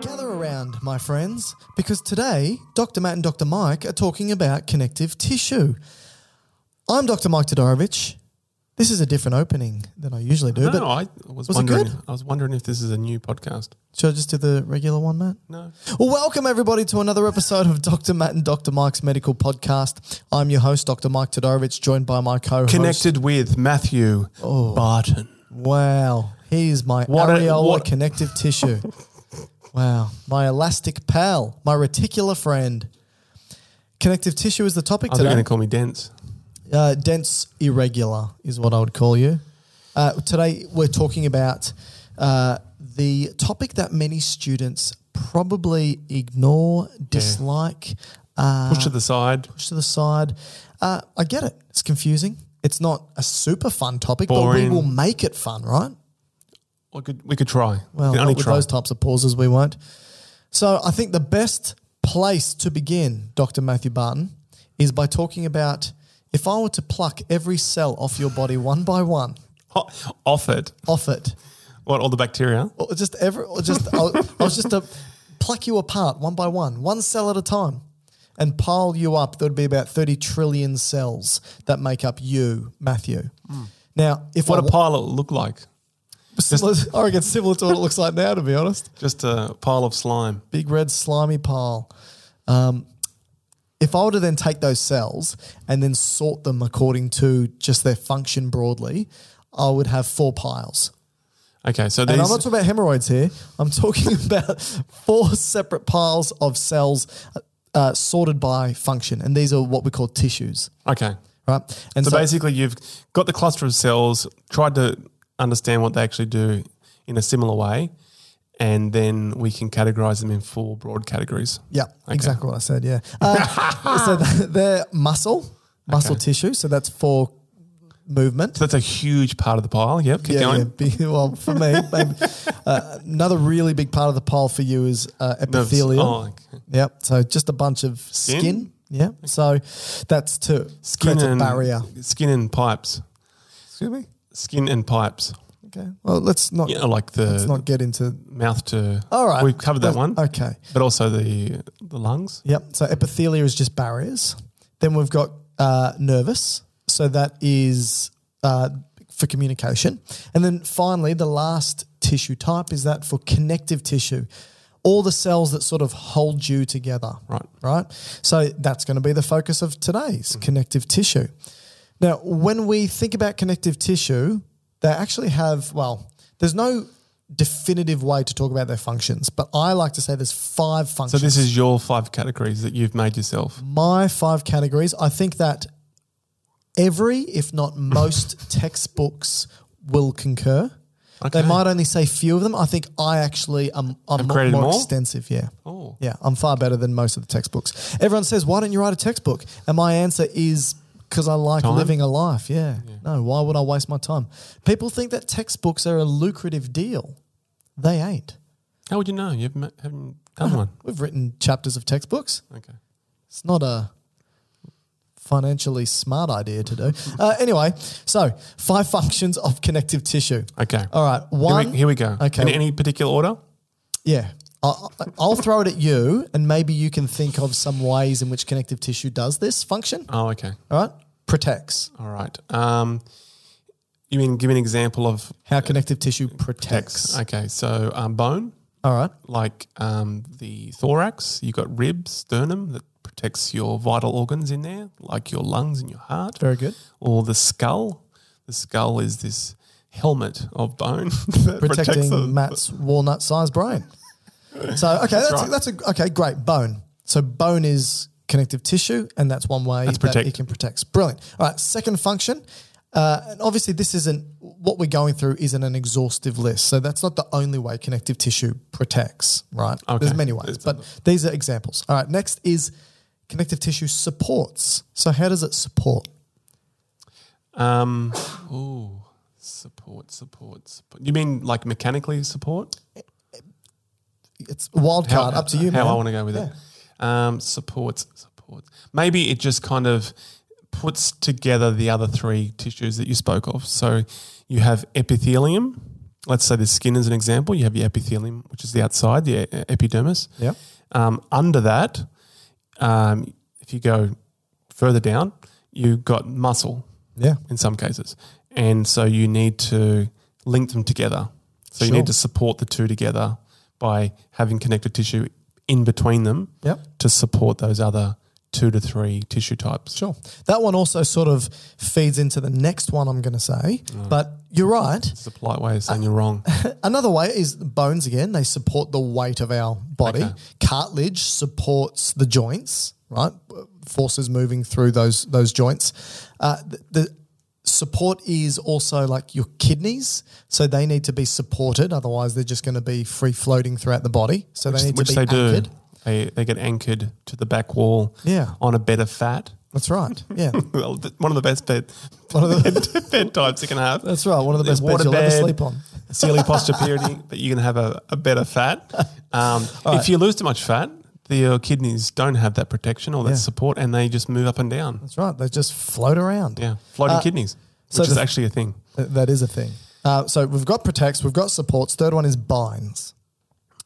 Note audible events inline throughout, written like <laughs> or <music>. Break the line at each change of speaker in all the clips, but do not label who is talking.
Gather around, my friends, because today Dr. Matt and Dr. Mike are talking about connective tissue. I'm Dr. Mike Todorovich. This is a different opening than I usually do,
No,
but
I was,
was it
wondering.
good?
I was wondering if this is a new podcast.
should I just do the regular one, Matt?
No,
Well, welcome everybody to another episode of Dr. Matt and Dr. Mike's Medical Podcast. I'm your host, Dr. Mike Todorovich, joined by my co-host.
connected with Matthew
Oh.
Barton.
Wow, he is my
What a-
areola
what-
connective
<laughs>
tissue. wow, my elastic pal, my reticular friend. Connective tissue is the topic
I thought you were
today.
going to call me dense.
Uh, dense irregular is what I would call you. Uh, today we're talking about uh, the topic that many students probably ignore, dislike, uh,
Push to the side.
push to the side. Uh, I get it. It's confusing. It's not a super fun topic, but
Boring.
we will make it fun, right?
We could, we could try.
Well,
we can
not
only
with
try.
those types of pauses, we won't. So I think the best place to begin, Dr. Matthew Barton, is by talking about if I were to pluck every cell off your body one by one,
Ho- Off it.
off it,
What, all the bacteria?
or just every, or just I was just to pluck you apart one by one, one cell at a time, and pile you up. There'd be about thirty trillion cells that make up you, Matthew. Now, if
Hmm. What
I <laughs>
a pile it look like.
similar, I reckon it's similar to what it looks like now, to be honest.
Just a pile of slime.
big red slimy pile. Um, if I were to then take those cells and then sort them according to just their function broadly, I would have four piles.
Okay, so
And I'm not
these
talking about hemorrhoids here. I'm talking <laughs> about four separate piles of cells uh, sorted by function. And these are what we call tissues,
okay.
right? And
So, basically, you've got the cluster of cells, tried to understand what they actually do in a similar way, and then we can categorize them in four broad categories.
Yeah, exactly what I said. Yeah. Uh, so
<laughs>
th- they're muscle, muscle tissue. So that's for movement.
So that's a huge part of the pile. Yep, keep going.
big- <laughs> well, for me, maybe. Uh, another really big part of the pile for you is uh,
Nerves.
epithelial.
Oh, okay.
Yep. So just a bunch of skin.
Skin?
Yeah. So that's to
Skin
create a
and
barrier.
Skin and pipes.
Excuse me.
Skin and pipes.
Okay. Well, let's not
Yeah, like the
let's not get into.
mouth to.
All right.
we've covered that
Well,
one.
Okay.
But also the the lungs.
Yep. So epithelia is just barriers. Then we've got uh, nervous. So that is uh, for communication. And then finally, the last tissue type is that for connective tissue, all the cells that sort of hold you together.
Right. Mm.
Right. So that's going to be the focus of today's connective tissue. Now, when we think about connective tissue, they actually have, well, there's no definitive way to talk about their functions, but I like to say there's five
So
functions.
this is your five categories that you've made yourself.
my five categories. I think that every, if not
<laughs>
most, textbooks will concur. They might only say few of them. I think I actually am I'm
Have
mo- more,
created more?
extensive. Yeah.
Oh.
Yeah. I'm far better than most of the textbooks. Everyone says, why don't you write a textbook? And my answer is because I like living a life. Yeah. No, why would I waste my time? People think that textbooks are a lucrative deal. They ain't.
How would you know? You haven't, haven't done one.
We've written chapters of textbooks.
Okay.
It's not a financially smart idea to do. Uh, anyway, so five functions of connective tissue.
Okay.
All right. One.
Here we, here we go.
Okay.
In any particular order?
yeah. I'll, I'll throw it at you, and maybe you can think of some ways in which connective tissue does this function.
Oh, okay.
All right. Protects.
All right. Um, you mean give me an example of
How connective tissue protects.
Okay. So um, bone,
All right.
like um, the thorax, you've got ribs, sternum that protects your vital organs in there, like your lungs and your heart.
Very good.
Or the skull. The skull is this helmet of bone <laughs> that protects
Protecting
the,
Matt's walnut-sized
<laughs>
brain. So okay, that's
right.
that's, a, okay. Great bone. So bone is connective tissue, and that's one way
That's
that
protect.
it can protect. Brilliant. All right, second function. Uh, and obviously, this isn't what we're going through. Isn't an exhaustive list, so that's not the only way connective tissue protects. Right?
Okay.
There's many ways, but these are examples. All right. Next is connective tissue supports. So how does it support?
Um, ooh, support, support, support. You mean like mechanically support?
It's a wild card. up to you.
How
man.
I want to go with it. Um, supports, supports. Maybe it just kind of puts together the other three tissues that you spoke of. So you have epithelium. Let's say the skin is an example. You have your epithelium, which is the outside, the e- epidermis.
Yeah.
Um, under that, um, if you go further down, you've got muscle
Yeah.
in some cases. And so you need to link them together. So you
Sure.
need to support the two together by having connective tissue in between them
Yep.
to support those other two to three tissue types.
Sure. That one also sort of feeds into the next one I'm going to say, but you're right.
It's a polite way of saying
Uh,
you're wrong.
Another way is bones again, they support the weight of our body.
Okay.
Cartilage supports the joints, right? Forces moving through those those joints. Uh, the, the support is also like your kidneys, so they need to be supported otherwise they're just going to be free floating throughout the body. So <laughs> they need
Which
to
they
be anchored.
do. They, they get anchored to the back wall
Yeah.
on a bed of fat.
That's right.
<laughs>
Yeah.
Well, th- One of the best bed,
One of the-
<laughs> bed types you can have.
that's right. One of the best beds you'll ever
Waterbed.
sleep on.
<laughs> Ceiling posture purity, but you can have a, a
<laughs>
better fat. Um, If you lose too much fat, the, your kidneys don't have that protection or that
Yeah.
support, and they just move up and down.
That's right. They just float around.
Yeah, floating kidneys, which
Uh, so
is
the-
actually a thing.
Th- That is a thing. Uh, so we've got protects, we've got supports. Third one is binds.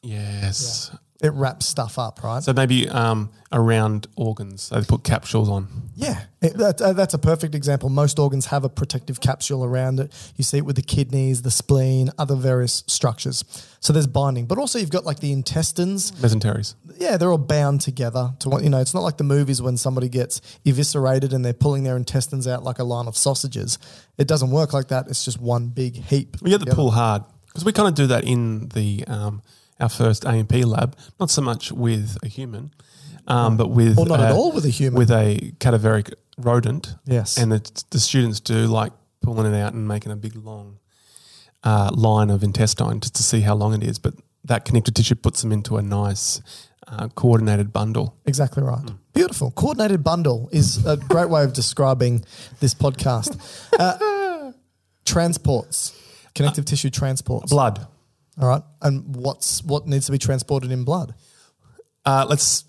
Yes.
It wraps stuff up, right?
So maybe um, around organs, they put capsules on.
yeah, it, that, uh, that's a perfect example. Most organs have a protective capsule around it. You see it with the kidneys, the spleen, other various structures. So there's binding, but also you've got like the intestines.
Mesenteries.
yeah, they're all bound together to one. You know, it's not like the movies when somebody gets eviscerated and they're pulling their intestines out like a line of sausages. It doesn't work like that. It's just one big heap.
We get the
together.
pull hard because we kind of do that in the um, our first AMP lab. Not so much with a human, um, but with
Or not
a,
at all with a human.
with a cadaveric rodent.
Yes.
and the, the students do like pulling it out and making a big long uh, line of intestine just to see how long it is. But that connective tissue puts them into a nice uh, coordinated bundle.
Exactly right. Beautiful. Coordinated bundle is a great way of describing this podcast. Uh, transports, connective tissue transports.
Blood.
All right. And what's what needs to be transported in blood?
Uh, let's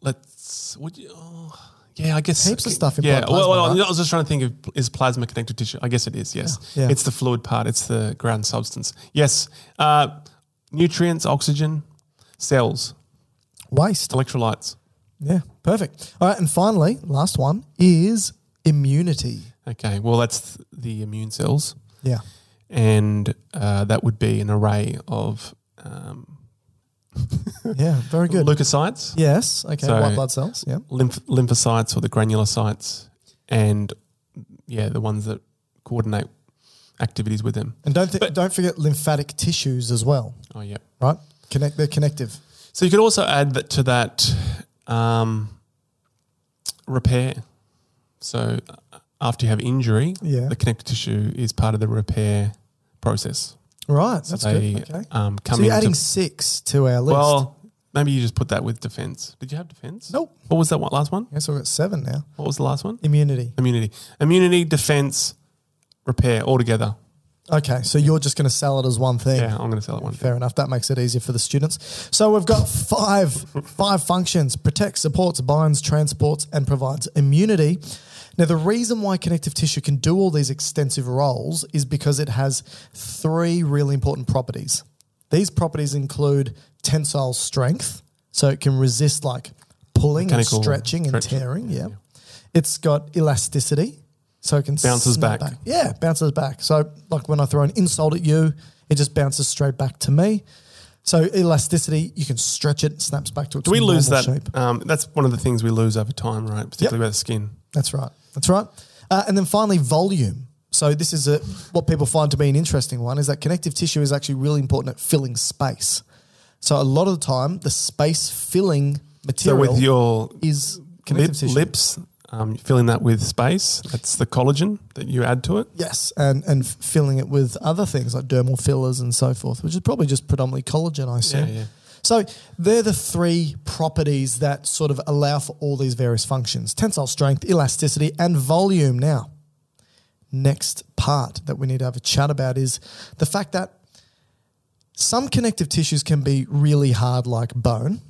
let's. Would you, oh, yeah, I guess
Heaps of stuff in
yeah.
blood
well,
plasma,
well,
right?
I was just trying to think of is plasma connective tissue. I guess it is. Yes,
Yeah. Yeah.
it's the fluid part. It's the ground substance. Yes, uh, nutrients, oxygen, cells,
Waste.
electrolytes.
Yeah. Perfect. All right. And finally, last one is immunity.
Okay, well, that's th- the immune cells,
Yeah.
and uh, that would be an array of um,
Yeah. Very good.
leukocytes,
yes. Okay.
So-
White blood cells. Yeah.
lymph- lymphocytes, or the granulocytes, and yeah, the ones that coordinate activities with them.
And don't thi-
But-
don't forget lymphatic tissues as well.
Oh, yeah.
Right. Connect. They're connective.
So you could also add that to that um, repair. So uh, after you have injury,
Yeah.
the connective tissue is part of the repair process.
Right.
So
That's
they
good. Okay.
um, come
So you're
in
adding
to-
six to our list.
well, maybe you just put that with defense. Did you have defense?
Nope.
What was that one? Last one?
yeah, so we've got seven now.
What was the last one?
Immunity.
Immunity. Immunity, defense, repair, all together.
Okay. So you're just going to sell it as one thing.
Yeah, I'm going to sell it one.
Fair enough. That makes it easier for the students. So we've got five five functions: protects, supports, binds, transports, and provides immunity. Now, the reason why connective tissue can do all these extensive roles is because it has three really important properties. These properties include tensile strength, so it can resist like pulling and
Mechanical
stretching and
stretching.
tearing.
Yeah,
Yeah.
yeah.
It's got elasticity, so it can
Bounces
snap
back.
Yeah, bounces back. So like when I throw an insult at you, it just bounces straight back to me. So elasticity, you can stretch it, snaps back to its
Do we lose
normal
that?
shape.
Um, that's one of the things we lose over time, right? Particularly with the skin.
That's right. That's right. Uh, and then finally, volume. So this is a, what people find to be an interesting one is that connective tissue is actually really important at filling space. So a lot of the time, the space filling
So
material
with your
is
lip,
connective tissue.
lips, um, filling that with space. That's the collagen that you add to it.
Yes, and and f- filling it with other things like dermal fillers and so forth, which is probably just predominantly collagen, I assume.
yeah.
So they're the three properties that sort of allow for all these various functions: tensile strength, elasticity, and volume. Now, next part that we need to have a chat about is the fact that some connective tissues can be really hard, like bone.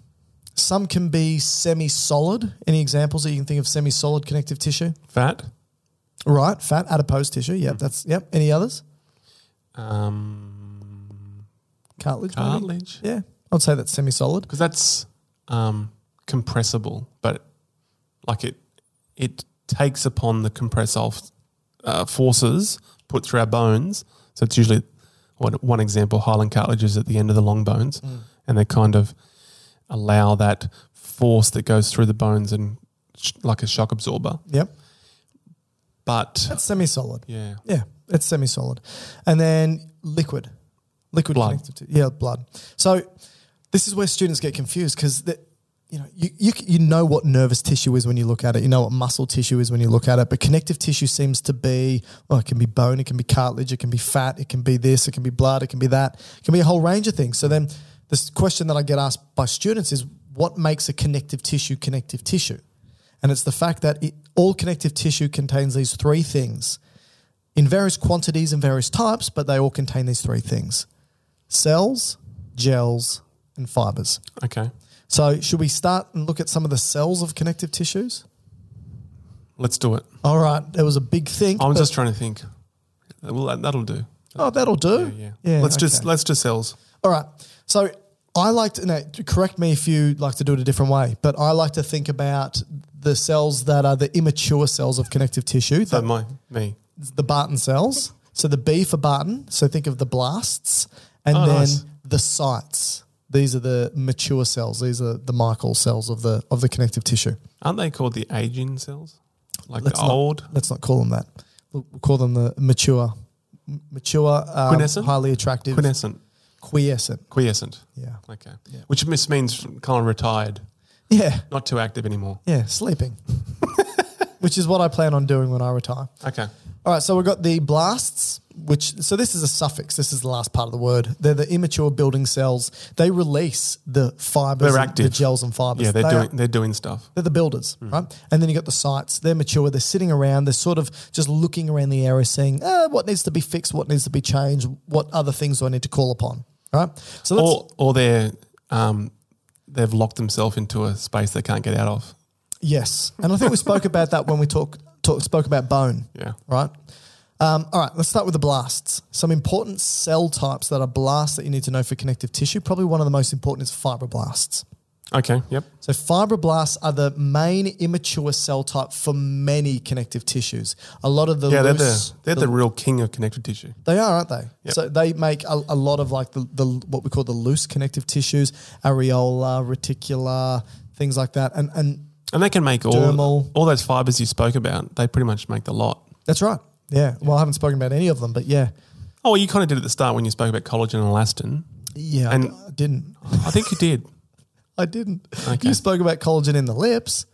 Some can be semi-solid. Any examples that you can think of semi-solid connective tissue?
Fat.
Right, fat, adipose tissue. Yep, that's yep. Any others?
Um,
Cartilage. maybe?
cartilage.
Yeah, I'd say that's semi-solid.
Because that's um, compressible, but like it, it takes upon the compressile uh, forces put through our bones. So it's usually one, one example. Hyaline cartilage is at the end of the long bones, and they kind of allow that force that goes through the bones and sh- like a shock absorber.
Yep,
But
that's semi-solid.
yeah,
Yeah, it's semi-solid, and then liquid, liquid
Blood.
connective tissue. Yeah, blood. So this is where students get confused because that. You know, you, you, c- you know what nervous tissue is when you look at it. You know what muscle tissue is when you look at it. But connective tissue seems to be, well, it can be bone, it can be cartilage, it can be fat, it can be this, it can be blood, it can be that, it can be a whole range of things. So then, this question that I get asked by students is, what makes a connective tissue connective tissue? And it's the fact that it, all connective tissue contains these three things in various quantities and various types, but they all contain these three things cells, gels, and fibers.
okay.
So, should we start and look at some of the cells of connective tissues?
Let's do it.
All right, there was a big thing.
I'm just trying to think. Well, that- that'll do.
Oh, that'll do.
Yeah. let's just
okay.
let's just cells.
All right. So I like to, now, correct me if you like to do it a different way, but I like to think about the cells that are the immature cells of connective tissue,
So
the,
my me.
the Barton cells. So the B for Barton. So think of the blasts and
Oh,
then
nice.
the sites. These are the mature cells. These are the Michael cells of the of the connective tissue.
Aren't they called the aging cells? Like
Let's
the
not-
old?
Let's not call them that. We'll we'll call them the mature, m- mature, um,
Quiescent?
highly attractive,
Quiescent.
quiescent.
Quiescent.
Yeah,
Okay. Which mis- means kind of retired,
yeah.
not too active anymore.
Yeah, sleeping, <laughs> which is what I plan on doing when I retire.
Okay.
All right, so we've got the blasts, which, so this is a suffix. This is the last part of the word. They're the immature building cells. They release the fibers,
They're
and the
active.
gels and fibers.
Yeah, they're
They are-
doing Hmm. they're doing stuff.
they're the builders, right? And then you got the sites. They're mature. They're sitting around. They're sort of just looking around the area, seeing eh, what needs to be fixed, what needs to be changed, what other things do I need to call upon, right? So that's,
Or or they're um they've locked themselves into a space they can't get out of.
yes, and I think we spoke about that when we talk, talk spoke about bone.
Yeah.
right? Um, all right, let's start with the blasts. Some important cell types that are blasts that you need to know for connective tissue. Probably one of the most important is fibroblasts.
Okay. Yep.
So fibroblasts are the main immature cell type for many connective tissues. A lot of the
yeah, they're
loose-
the they're the, real king of connective tissue.
They are, aren't they?
Yep.
So they make a, a lot of like the, the what we call the loose connective tissues, areola, reticular, things like that. And and
And they can make all
Dermal.
all those fibers you spoke about. They pretty much make the lot.
that's right. Yeah. Well, I haven't spoken about any of them, but yeah,
Oh, well, you kind of did at the start when you spoke about collagen and elastin.
yeah. I
And-
d- I didn't.
I think you did.
I didn't.
Okay.
You spoke about collagen in the lips,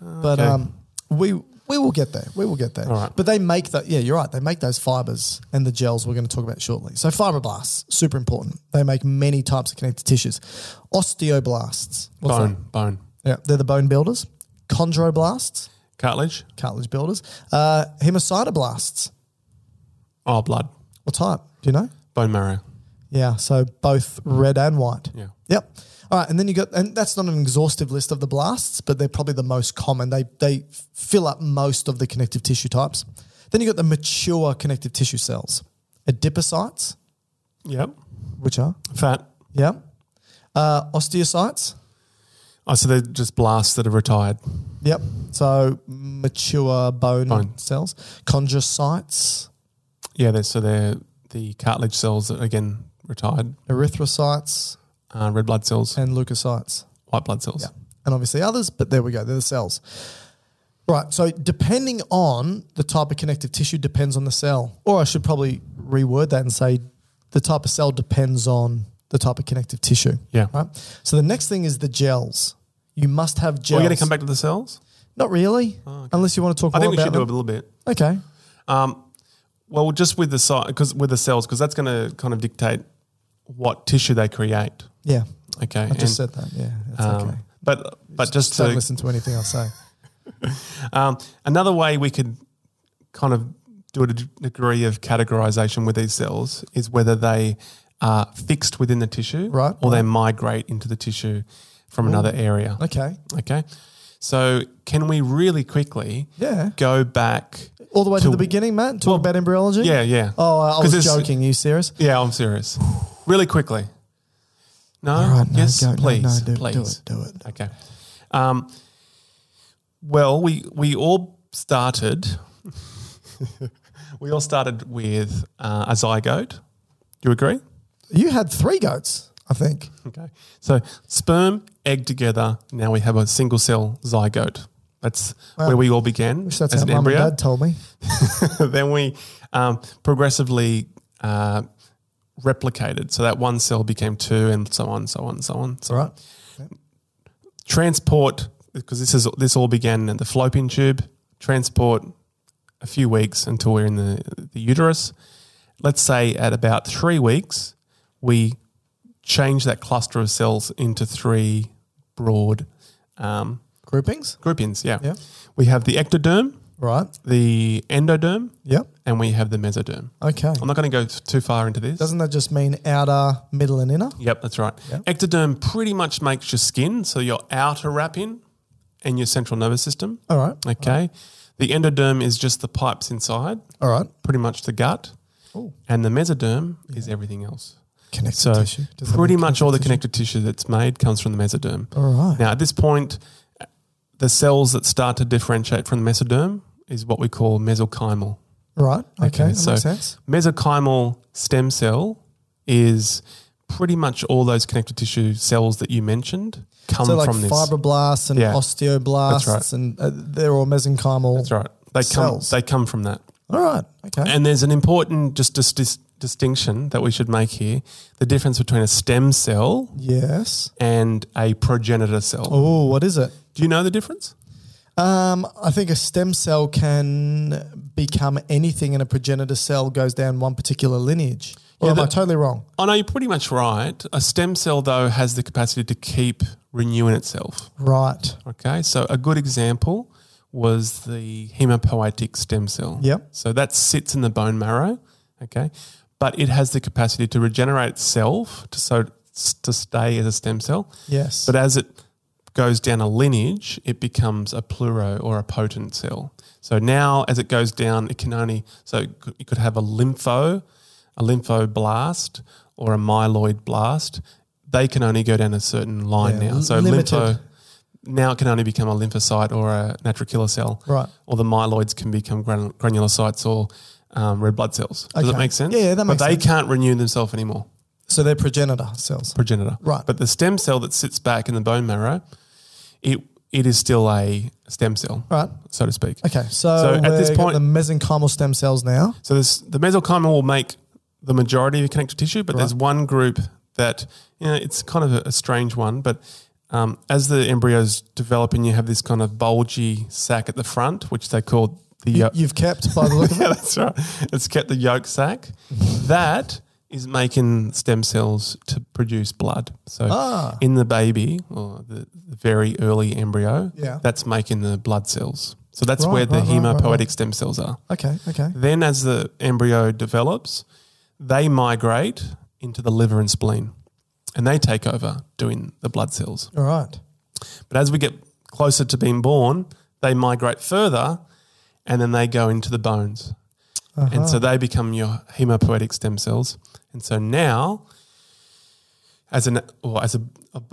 but
Okay.
um, we we will get there. We will get there.
All right.
But they make that. Yeah, you're right. They make those fibers and the gels we're going to talk about shortly. So fibroblasts, super important. They make many types of connective tissues. Osteoblasts, <laughs> what's
bone,
that?
bone,
Yeah, they're the bone builders. Chondroblasts,
cartilage.
cartilage builders. Uh, hemocytoblasts,
Oh, blood,
what type? Do you know?
bone marrow.
Yeah, so both red and white.
Yeah.
Yep. All right, and then you got, and that's not an exhaustive list of the blasts, but they're probably the most common. They they fill up most of the connective tissue types. Then you got the mature connective tissue cells, adipocytes,
Yep.
which are
Fat.
yeah, uh, osteocytes.
Oh, so they're just blasts that are retired.
Yep. So mature bone,
Bone.
cells, chondrocytes,
Yeah. They're, so they're the cartilage cells that again retired.
erythrocytes,
Uh, red blood cells,
and leukocytes.
white blood cells.
and obviously others, but there we go, they're the cells. Right, so depending on the type of connective tissue depends on the cell. Or I should probably reword that and say the type of cell depends on the type of connective tissue.
Yeah.
Right? So the next thing is the gels. You must have
Are
gels.
we going to come back to the cells?
Not really, unless you want to talk
I
more
think we
about
should do a
them.
little bit.
Okay.
Well, just with the si- cause with the cells, because that's going to kind of dictate what tissue they create.
Yeah.
Okay,
I just said that. Yeah, that's okay.
But but um, just,
Don't
to,
listen to anything I say.
um, another way we could kind of do a d- degree of categorization with these cells is whether they are fixed within the tissue,
Right,
or
right.
they migrate into the tissue from another area.
Okay.
Okay, so can we really quickly
Yeah.
go back?
All the way to,
To-
the beginning, Matt? Talk
Well,
about embryology?
Yeah, yeah.
Oh, I- I
'Cause
was
it's-
joking. Are you serious?
Yeah, I'm serious. Really quickly. No,
All right, no,
yes,
go- no,
please,
no, do- do
please.
it, do it.
Okay. Um, well, we we all started. we all started with uh, a zygote. Do you agree?
You had three goats, I think.
Okay. So sperm, egg together. Now we have a single cell zygote. That's where we all began
Wish that's
as
how
an
mum
embryo.
and dad told me.
<laughs> then we um, progressively uh, replicated. So that one cell became two, and so on, so on, so on. So
All right.
transport, because this is this all began in the fallopian tube. Transport a few weeks until we're in the, the uterus. Let's say at about three weeks, we change that cluster of cells into three broad um,
Groupings.
groupings. Yeah.
Yeah.
we have the ectoderm,
Right.
the endoderm,
Yep.
and we have the mesoderm.
Okay.
I'm not going to go t- too far into this.
Doesn't that just mean outer, middle, and inner?
yep, that's right. Ectoderm pretty much makes your skin, so your outer wrapping and your central nervous system.
All right.
Okay. The endoderm is just the pipes inside,
All right.
pretty much the gut. And the mesoderm is everything else.
Connective
So
tissue. Does that
pretty
mean
much all the
connective
connective tissue that's made comes from the mesoderm.
All right.
Now, at this point, the cells that start to differentiate from the mesoderm is what we call mesenchymal.
Right. Okay. that
so
makes sense.
mesenchymal stem cell is pretty much all those connective tissue cells that you mentioned come
So like
from this.
fibroblasts and
Yeah.
osteoblasts
That's right.
and uh, they're all mesenchymal.
That's right. They
cells.
come. They come from that.
All right. Okay.
And there's an important just dis- dis- distinction that we should make here: the difference between a stem cell
yes.
and a progenitor cell.
Oh, what is it?
Do you know the difference?
Um, I think a stem cell can become anything, and a progenitor cell goes down one particular lineage. Or
Yeah,
am I
the-
totally wrong?
I know Oh, you're pretty much right. A stem cell, though, has the capacity to keep renewing itself.
Right.
Okay, so a good example was the hemopoietic stem cell.
Yep.
So that sits in the bone marrow. Okay, but it has the capacity to regenerate itself to so to stay as a stem cell.
Yes.
But as it goes down a lineage, it becomes a pleuro or a potent cell. So now, as it goes down, it can only so it could, it could have a lympho, a lymphoblast, or a myeloid blast. they can only go down a certain line
Yeah,
now. So
limited.
lympho now it can only become a lymphocyte or a natural killer cell,
Right.
Or the myeloids can become gran- granulocytes or um, red blood cells. Does
Okay.
that make sense?
Yeah, yeah, that
But
makes
they
sense.
can't renew themselves anymore.
So they're progenitor cells.
Progenitor,
Right.
But the stem cell that sits back in the bone marrow, it it is still a stem cell,
Right.
so to speak.
Okay. So,
at this
we've got
point,
the mesenchymal stem cells now.
so this, the mesenchymal will make the majority of your connective tissue, but there's one group that you know it's kind of a, a strange one. But um, as the embryos develop, and you have this kind of bulgy sac at the front, which they call the uh,
You,
yolk.
You've kept by the look of
<laughs> yeah,
it.
that's right. It's kept the
<laughs>
yolk sac. that is making stem cells to produce blood. So
Ah.
in the baby or the, the very early embryo,
Yeah.
that's making the blood cells. So that's
Right,
where the
right, right, right,
hemopoietic
right.
stem cells are.
Okay. Okay.
Then, as the embryo develops, they migrate into the liver and spleen and they take over doing the blood cells.
All right.
But as we get closer to being born, they migrate further and then they go into the bones. And so they become your hemopoietic stem cells. And so now, as an, or as a, a <laughs>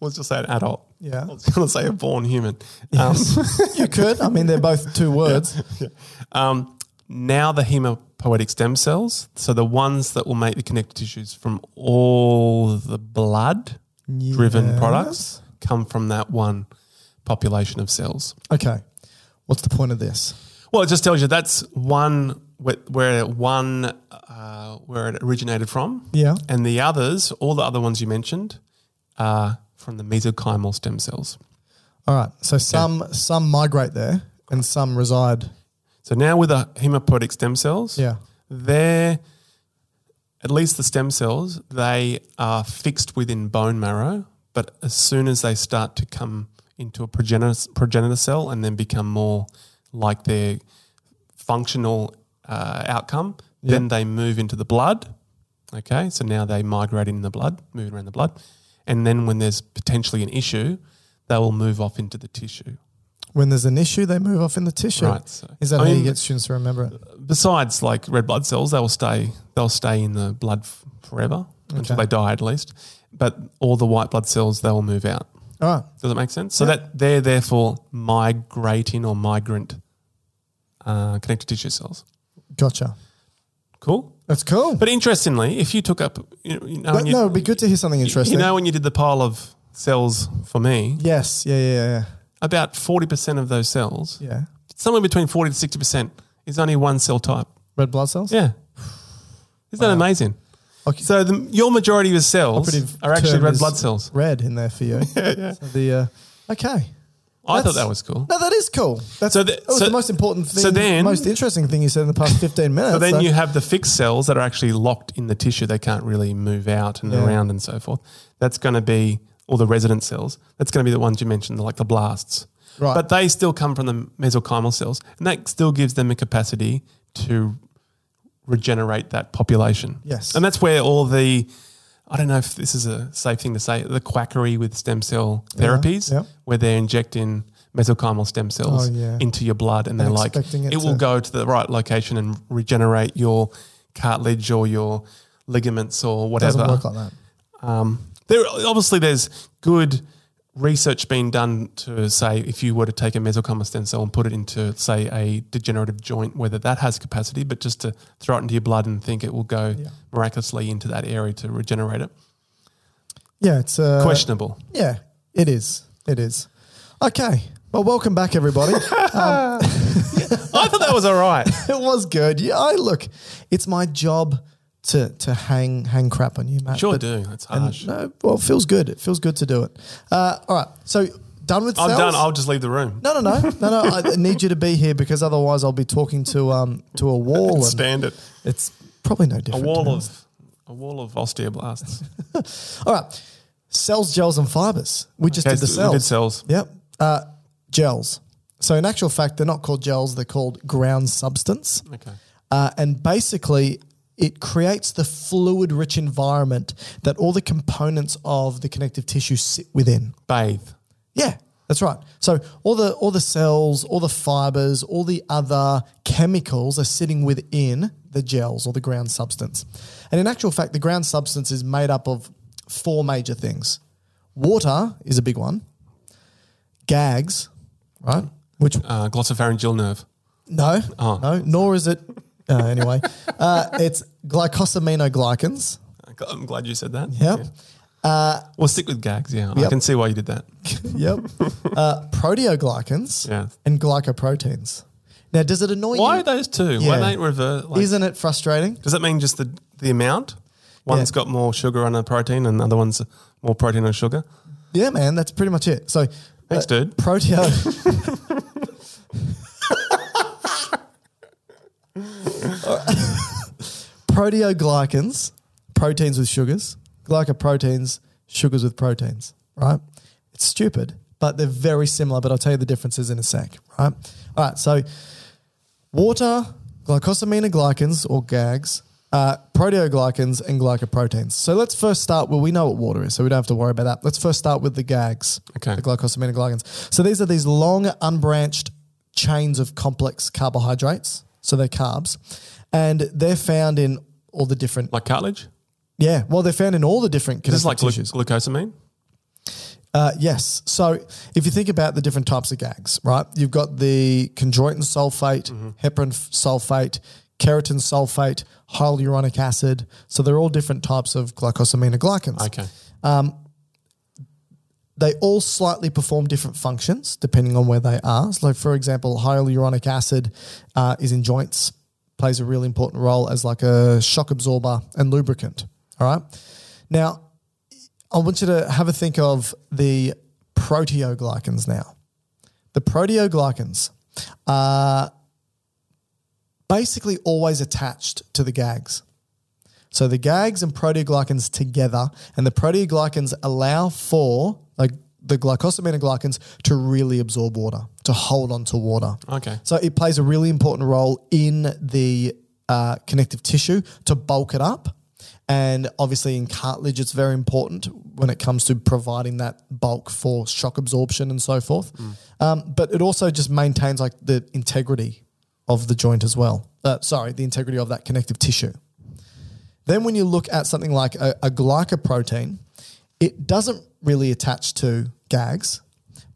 let's just say an adult.
Yeah.
I was going to say a born human. Um,
You could. I mean, they're both
<laughs>
two words.
Um, now the hemopoietic stem cells, so the ones that will make the connective tissues from all the blood driven products, come from that one population of cells.
Okay. What's the point of this?
Well, it just tells you that's one where, where one uh, where it originated from.
Yeah.
and the others, all the other ones you mentioned, are from the mesenchymal stem cells.
All right. So some some migrate there and some reside.
So now with the hemopoietic stem cells,
Yeah.
they're at least the stem cells they are fixed within bone marrow but as soon as they start to come into a progenitor, progenitor cell and then become more like their functional uh, outcome then they move into the blood okay so now they migrate in the blood moving around the blood and then when there's potentially an issue they will move off into the tissue
When there's an issue, they move off in the tissue.
Right, so-
Is that
I
how you
mean-
get students to remember it?
besides like red blood cells, they'll stay they'll stay in the blood f- forever until
Okay.
they die at least. But all the white blood cells they will move out.
All right.
Does that make sense? So that they're therefore migrating or migrant uh, connective tissue cells.
Gotcha.
Cool.
That's cool.
But interestingly, if you took up, you know, you know,
But
when you,
no, it'd be good to hear something interesting.
you know when you did the pile of cells for me,
yes. Yeah. Yeah. Yeah.
about forty percent of those cells,
Yeah.
somewhere between forty to sixty percent, is only one cell type.
Red blood cells.
Yeah. Isn't that amazing?
Okay.
So the, your majority of your cells
Operative
are actually
term
red
is
blood cells.
Red in there for
<laughs>
you. yeah. So the uh, okay.
I thought
That's-
that was cool.
No, that is cool. That's
So
so
the-
that was
so-
the most important thing.
so then-
most interesting thing you said in the past fifteen minutes.
So then you have the fixed cells that are actually locked in the tissue. They can't really move out and
Yeah.
around and so forth. That's going to be all the resident cells. That's going to be the ones you mentioned, like the blasts.
Right.
But they still come from the mesenchymal cells, and that still gives them a capacity to regenerate that population.
Yes.
And that's where all the, I don't know if this is a safe thing to say, the quackery with stem cell therapies,
yeah.
where they're injecting mesenchymal stem cells
Oh, yeah.
into your blood
And
and they're like,
expecting it
it will
to-
go to the right location and regenerate your cartilage or your ligaments or
it doesn't
whatever.
work like that.
Um, there obviously there's good research being done to say if you were to take a mesenchymal stem cell and put it into say a degenerative joint, whether that has capacity, but just to throw it into your blood and think it will go
Yeah.
miraculously into that area to regenerate it,
Yeah, it's uh,
questionable.
Yeah, it is. It is. Okay. Well, welcome back, everybody.
<laughs>
um,
I thought that was all
<laughs>
right.
it was good. Yeah, I look. It's my job to to hang hang crap on you, Matt.
Sure
but-
do. That's
and
harsh.
no, well, it feels good. It feels good to do it. Uh, all right. So done with.
I'm
cells?
done. I'll just leave the room.
No, no, no, no, no.
<laughs>
I need you to be here because otherwise I'll be talking to um to a wall. and
Stand it.
It's probably no
A
different.
wall of a wall of osteoblasts.
All right. Cells, gels, and fibers. We just
Okay,
did the
so
cells.
we did cells.
Yep. Uh, gels. So in actual fact, they're not called gels. They're called ground substance.
Okay.
Uh, and basically, it creates the fluid-rich environment that all the components of the connective tissue sit within.
Bathe.
Yeah, that's right. So all the all the cells, all the fibers, all the other chemicals are sitting within the gels or the ground substance. And in actual fact, the ground substance is made up of four major things. Water is a big one. Gags, right? Which
Uh, glossopharyngeal nerve.
no,
Oh.
no, nor is it. Uh,
<laughs>
anyway, uh, it's glycosaminoglycans.
I'm glad you said that.
Yep.
We'll stick with gags. Yeah, I
Yep.
can see why you did that. <laughs>
Yep. Uh, proteoglycans
Yeah.
and glycoproteins. Now, does it annoy
Why
you?
are those two?
Yeah.
Why don't reverse? Like,
Isn't it frustrating?
does that mean just the the amount? One's got more sugar on a protein, and the other one's more protein on sugar.
Yeah, man, that's pretty much it. So, uh,
Thanks, dude. <laughs>
proteo. Proteoglycans, proteins with sugars, glycoproteins, sugars with proteins, right? It's stupid, but they're very similar, but I'll tell you the differences in a sec, right? All right, so water, glycosaminoglycans or GAGs, uh, proteoglycans, and glycoproteins. So let's first start. Well, we know what water is, so we don't have to worry about that. Let's first start with the GAGs,
Okay.
the glycosaminoglycans. So these are these long, unbranched chains of complex carbohydrates. So they're carbs, and they're found in all the different.
Like cartilage.
yeah, well, they're found in all the different.
Is this
connective
like glu-
tissues.
glucosamine?
Uh, yes. So if you think about the different types of gags, right? You've got the chondroitin sulfate, heparin f- sulfate, keratin sulfate, hyaluronic acid. So they're all different types of glycosaminoglycans.
Okay.
They all slightly perform different functions depending on where they are. So, like for example, hyaluronic acid uh, is in joints, plays a really important role as like a shock absorber and lubricant. All right. Now, I want you to have a think of the proteoglycans now. The proteoglycans are basically always attached to the gags. So the gags and proteoglycans together, and the proteoglycans allow for like the glycosaminoglycans to really absorb water, to hold on to water.
Okay.
So it plays a really important role in the uh, connective tissue to bulk it up. And obviously, in cartilage, it's very important when it comes to providing that bulk for shock absorption and so forth. Um, but it also just maintains like the integrity of the joint as well. Uh, sorry, the integrity of that connective tissue. Then, when you look at something like a, a glycoprotein, it doesn't really attach to gags,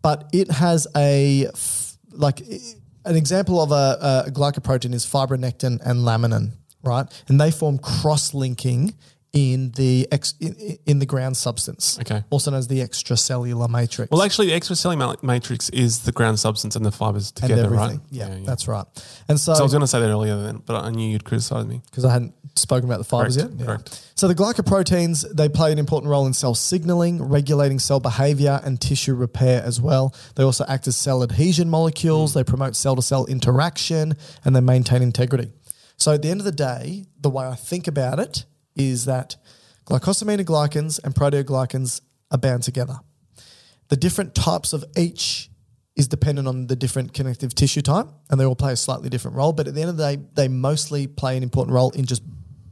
but it has a f- like i- an example of a, a glycoprotein is fibronectin and laminin, right? And they form cross-linking in the ex, in- in, in the ground substance,
Okay.
also known as the extracellular matrix.
Well, actually, the extracellular ma- matrix is the ground substance and the fibers
and
together,
everything,
right?
yeah, that's right. And so,
So I was going to say that earlier, then, but I knew you'd criticize me.
because I hadn't spoken about the fibers
Correct,
yet. Yeah.
correct.
So the glycoproteins they play an important role in cell signaling, regulating cell behavior and tissue repair as well. They also act as cell adhesion molecules.
Mm.
They promote cell to cell interaction and they maintain integrity. So at the end of the day, the way I think about it is that glycosaminoglycans and proteoglycans are bound together. The different types of each is dependent on the different connective tissue type, and they all play a slightly different role. But at the end of the day, they mostly play an important role in just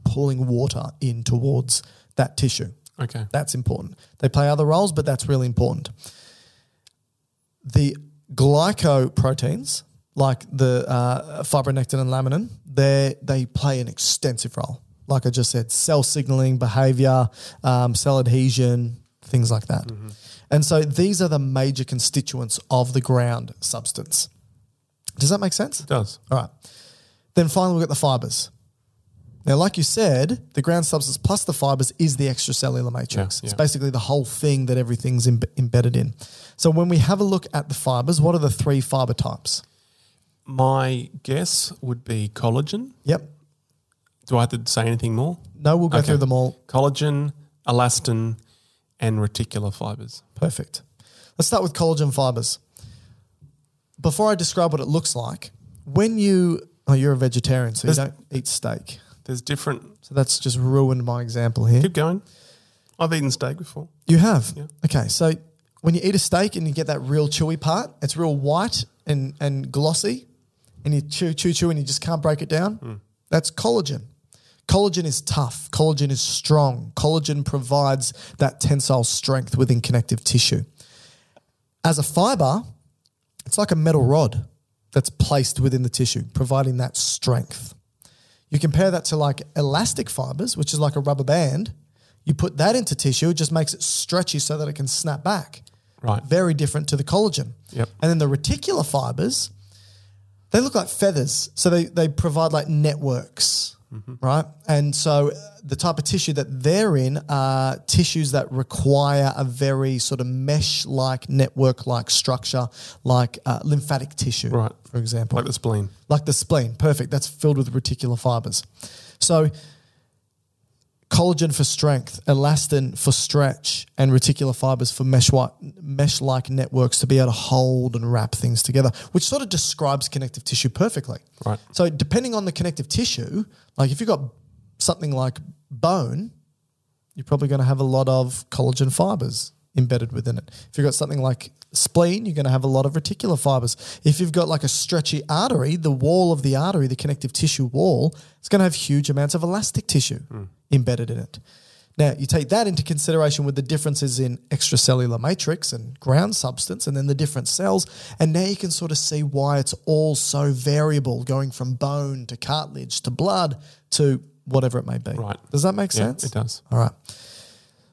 pulling water in towards that tissue.
Okay.
That's important. They play other roles, but that's really important. The glycoproteins, like the uh, fibronectin and laminin, they they play an extensive role. Like I just said, cell signaling, behavior, um, cell adhesion, things like that. And so these are the major constituents of the ground substance. Does that make sense?
It does.
All right. Then finally, we've got the fibers. Now, like you said, the ground substance plus the fibers is the extracellular matrix.
Yeah,
It's
yeah.
basically the whole thing that everything's em- embedded in. So, when we have a look at the fibers, what are the three fiber types?
My guess would be collagen.
Yep.
Do I have to say anything more?
No, we'll go
Okay.
through them all.
Collagen, elastin, and reticular fibers.
Perfect. Let's start with collagen fibers. Before I describe what it looks like, when you, oh, you're a vegetarian, so you
There's-
don't eat steak.
There's different.
So, that's just ruined my example here.
Keep going. I've eaten steak before.
You have?
Yeah.
Okay, so when you eat a steak and you get that real chewy part, it's real white and, and glossy, and you chew, chew, chew, and you just can't break it down, that's collagen. Collagen is tough. Collagen is strong. Collagen provides that tensile strength within connective tissue. As a fiber, it's like a metal rod that's placed within the tissue, providing that strength. You compare that to like elastic fibers, which is like a rubber band. You put that into tissue, it just makes it stretchy so that it can snap back.
Right.
Very different to the collagen.
Yep.
And then the reticular fibers, they look like feathers. So they, they provide like networks,
Mm-hmm.
right? And so uh, the type of tissue that they're in are tissues that require a very sort of mesh like, network like structure, like uh, lymphatic tissue,
Right.
for example
Like the spleen.
like the spleen. Perfect. That's filled with reticular fibers. So, collagen for strength, elastin for stretch, and reticular fibers for mesh mesh like networks to be able to hold and wrap things together, which sort of describes connective tissue perfectly.
Right.
So, depending on the connective tissue, like if you've got something like bone, you're probably going to have a lot of collagen fibers embedded within it. If you've got something like spleen, you're going to have a lot of reticular fibers. If you've got like a stretchy artery, the wall of the artery, the connective tissue wall, it's going to have huge amounts of elastic tissue
Hmm.
embedded in it. Now, you take that into consideration with the differences in extracellular matrix and ground substance, and then the different cells. And now you can sort of see why it's all so variable going from bone to cartilage to blood to whatever it may be.
Right.
Does that make
Yeah,
sense?
it does.
All right.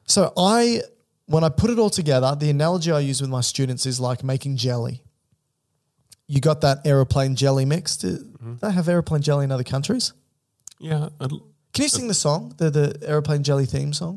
So I, when I put it all together, the analogy I use with my students is like making jelly. You got that aeroplane jelly mix. Do they have aeroplane jelly in other countries?
Yeah. it'll-
Can you sing the song, the the aeroplane jelly theme song?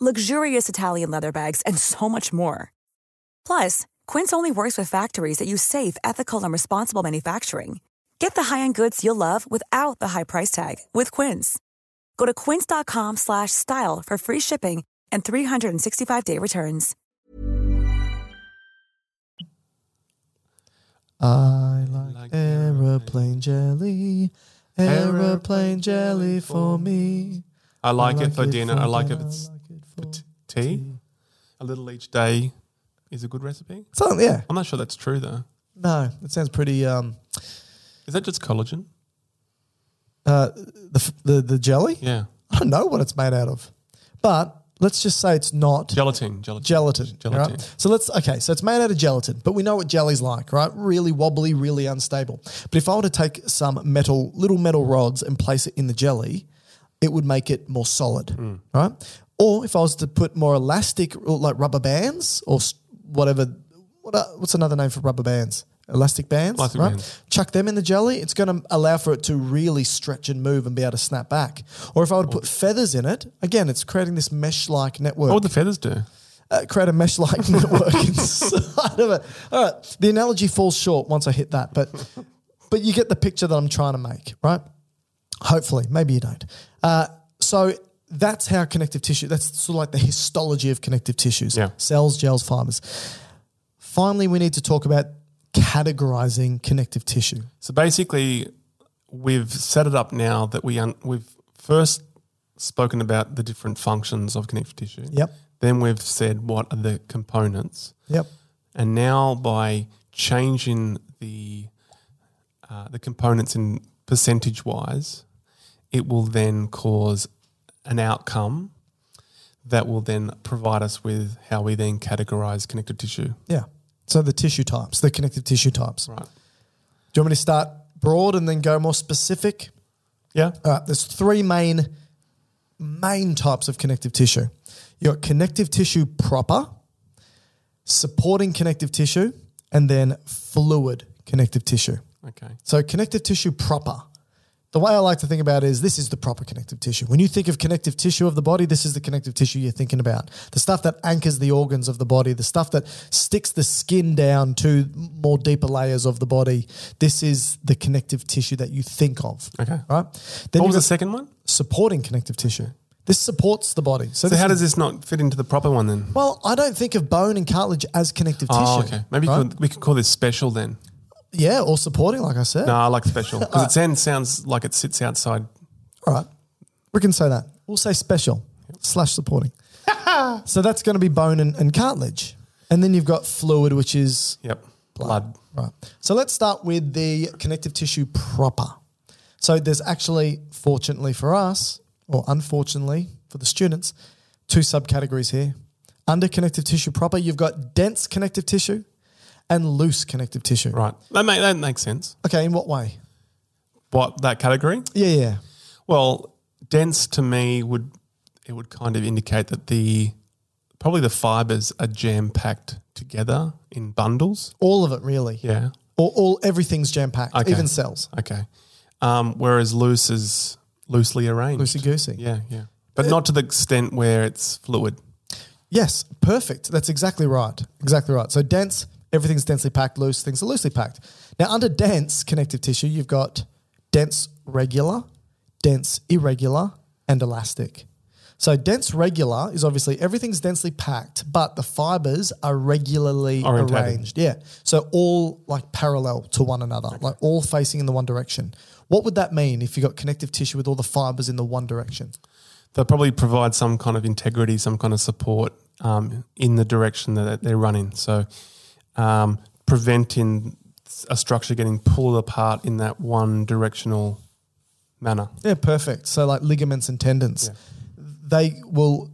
luxurious Italian leather bags, and so much more. Plus, Quince only works with factories that use safe, ethical, and responsible manufacturing. Get the high-end goods you'll love without the high price tag with Quince. Go to quince.com/style slash style for free shipping and 365-day returns.
I like,
Like
aeroplane jelly, aeroplane jelly for me.
I like, it for dinner. I like it.
dinner,
It's
I like it for
tea. A little each day is a good recipe.
Something, yeah.
I'm not sure that's true though.
No, it sounds pretty. Um,
Is that just collagen?
uh, the f- the the jelly.
Yeah.
I don't know what it's made out of, but let's just say it's not
Gelatin. Gelatin.
gelatin.
Gelatin.
right? So let's okay. So it's made out of gelatin, but we know what jelly's like, right? Really wobbly, really unstable. But if I were to take some metal, little metal rods, and place it in the jelly, it would make it more solid,
Mm.
right? Or if I was to put more elastic, or like rubber bands or s- whatever, what, a- what's another name for rubber bands? Elastic bands,
Elastic
right?
bands.
Chuck them in the jelly. It's going to allow for it to really stretch and move and be able to snap back. Or if I were to put feathers in it, again, it's creating this mesh-like network
What would the feathers do?
uh, create a mesh <laughs> like network inside of it. All right. The analogy falls short once I hit that, but but you get the picture that I'm trying to make, right? Hopefully, maybe you don't. Uh, so that's how connective tissue. That's sort of like the histology of connective tissues:
Yeah.
cells, gels, fibers. Finally, we need to talk about categorizing connective tissue.
So basically, we've set it up now that we un- we've first spoken about the different functions of connective tissue.
Yep.
Then we've said what are the components,
Yep.
and now by changing the uh, the components in percentage wise, it will then cause an outcome that will then provide us with how we then categorize connective tissue.
Yeah. So the tissue types, the connective tissue types.
Right.
Do you want me to start broad and then go more specific?
Yeah.
All right, there's three main main types of connective tissue. You got connective tissue proper, supporting connective tissue, and then fluid connective tissue.
Okay.
So connective tissue proper. The way I like to think about it is this is the proper connective tissue. When you think of connective tissue of the body, this is the connective tissue you're thinking about. The stuff that anchors the organs of the body, the stuff that sticks the skin down to more deeper layers of the body. This is the connective tissue that you think of.
Okay.
Right? Then
what
you've
was
got
the second one?
supporting connective tissue. This supports the body. So,
So
this
how
is-
does this not fit into the proper one then?
Well, I don't think of bone and cartilage as connective
Oh,
tissue.
okay. Maybe you
right?
could, we could call this special then.
Yeah, or supporting, like I said.
No, I like special because
Uh,
it sounds, sounds like it sits outside. <laughs>
All right. We can say that. We'll say special slash supporting. So that's going to be bone and, and cartilage. And then you've got fluid, which is
Yep.
blood. Right. So let's start with the connective tissue proper. So there's actually, fortunately for us, or unfortunately for the students, two subcategories here. Under connective tissue proper, you've got dense connective tissue and loose connective tissue.
Right. That, make, that makes sense.
Okay, in what way?
What, that category?
Yeah, yeah.
Well, dense to me would it would kind of indicate that the probably the fibers are jam packed together in bundles.
All of it, really.
Yeah.
Or all everything's jam packed,
Okay.
even cells.
Okay. Um, whereas loose is loosely arranged.
Loosey goosey.
Yeah, yeah. But not to the extent where it's fluid.
Yes, perfect. That's exactly right. Exactly right. So dense, everything's densely packed, loose, things are loosely packed. Now, under dense connective tissue, you've got dense regular, dense irregular, and elastic. So dense regular is obviously everything's densely packed, but the fibers are regularly
Orientated.
arranged. Yeah. So all like parallel to one another, like all facing in the one direction. What would that mean if you got connective tissue with all the fibers in the one direction?
They'll probably provide some kind of integrity, some kind of support um, in the direction that they're running. So um, preventing a structure getting pulled apart in that one directional manner.
Yeah, perfect. So like ligaments and tendons, they will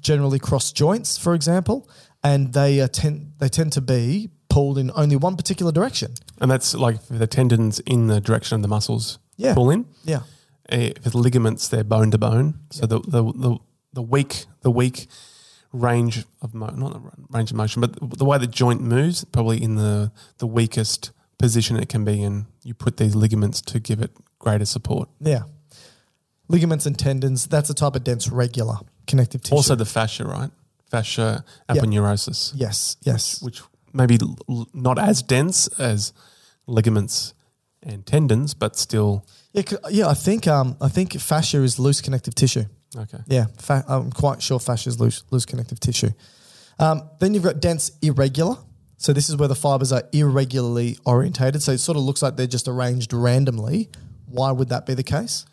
generally cross joints, for example, and they uh, tend they tend to be pulled in only one particular direction.
And that's like the tendons in the direction of the muscles
Yeah.
pull in.
Yeah,
Eh, If it's ligaments, they're bone to bone. So the, the the the weak the weak range of mo- not the range of motion, but the way the joint moves, probably in the the weakest position it can be in. You put these ligaments to give it greater support.
yeah. Ligaments and tendons. That's a type of dense regular connective tissue.
Also the fascia, right? Fascia aponeurosis,
yes, yes,
which maybe l- l- not as dense as ligaments and tendons, but still
yeah, c- yeah. I think um, I think fascia is loose connective tissue.
okay.
Yeah, fa- I'm quite sure fascia is loose, loose connective tissue. Um, then you've got dense irregular. So this is where the fibers are irregularly orientated. So it sort of looks like they're just arranged randomly. Why would that be the case?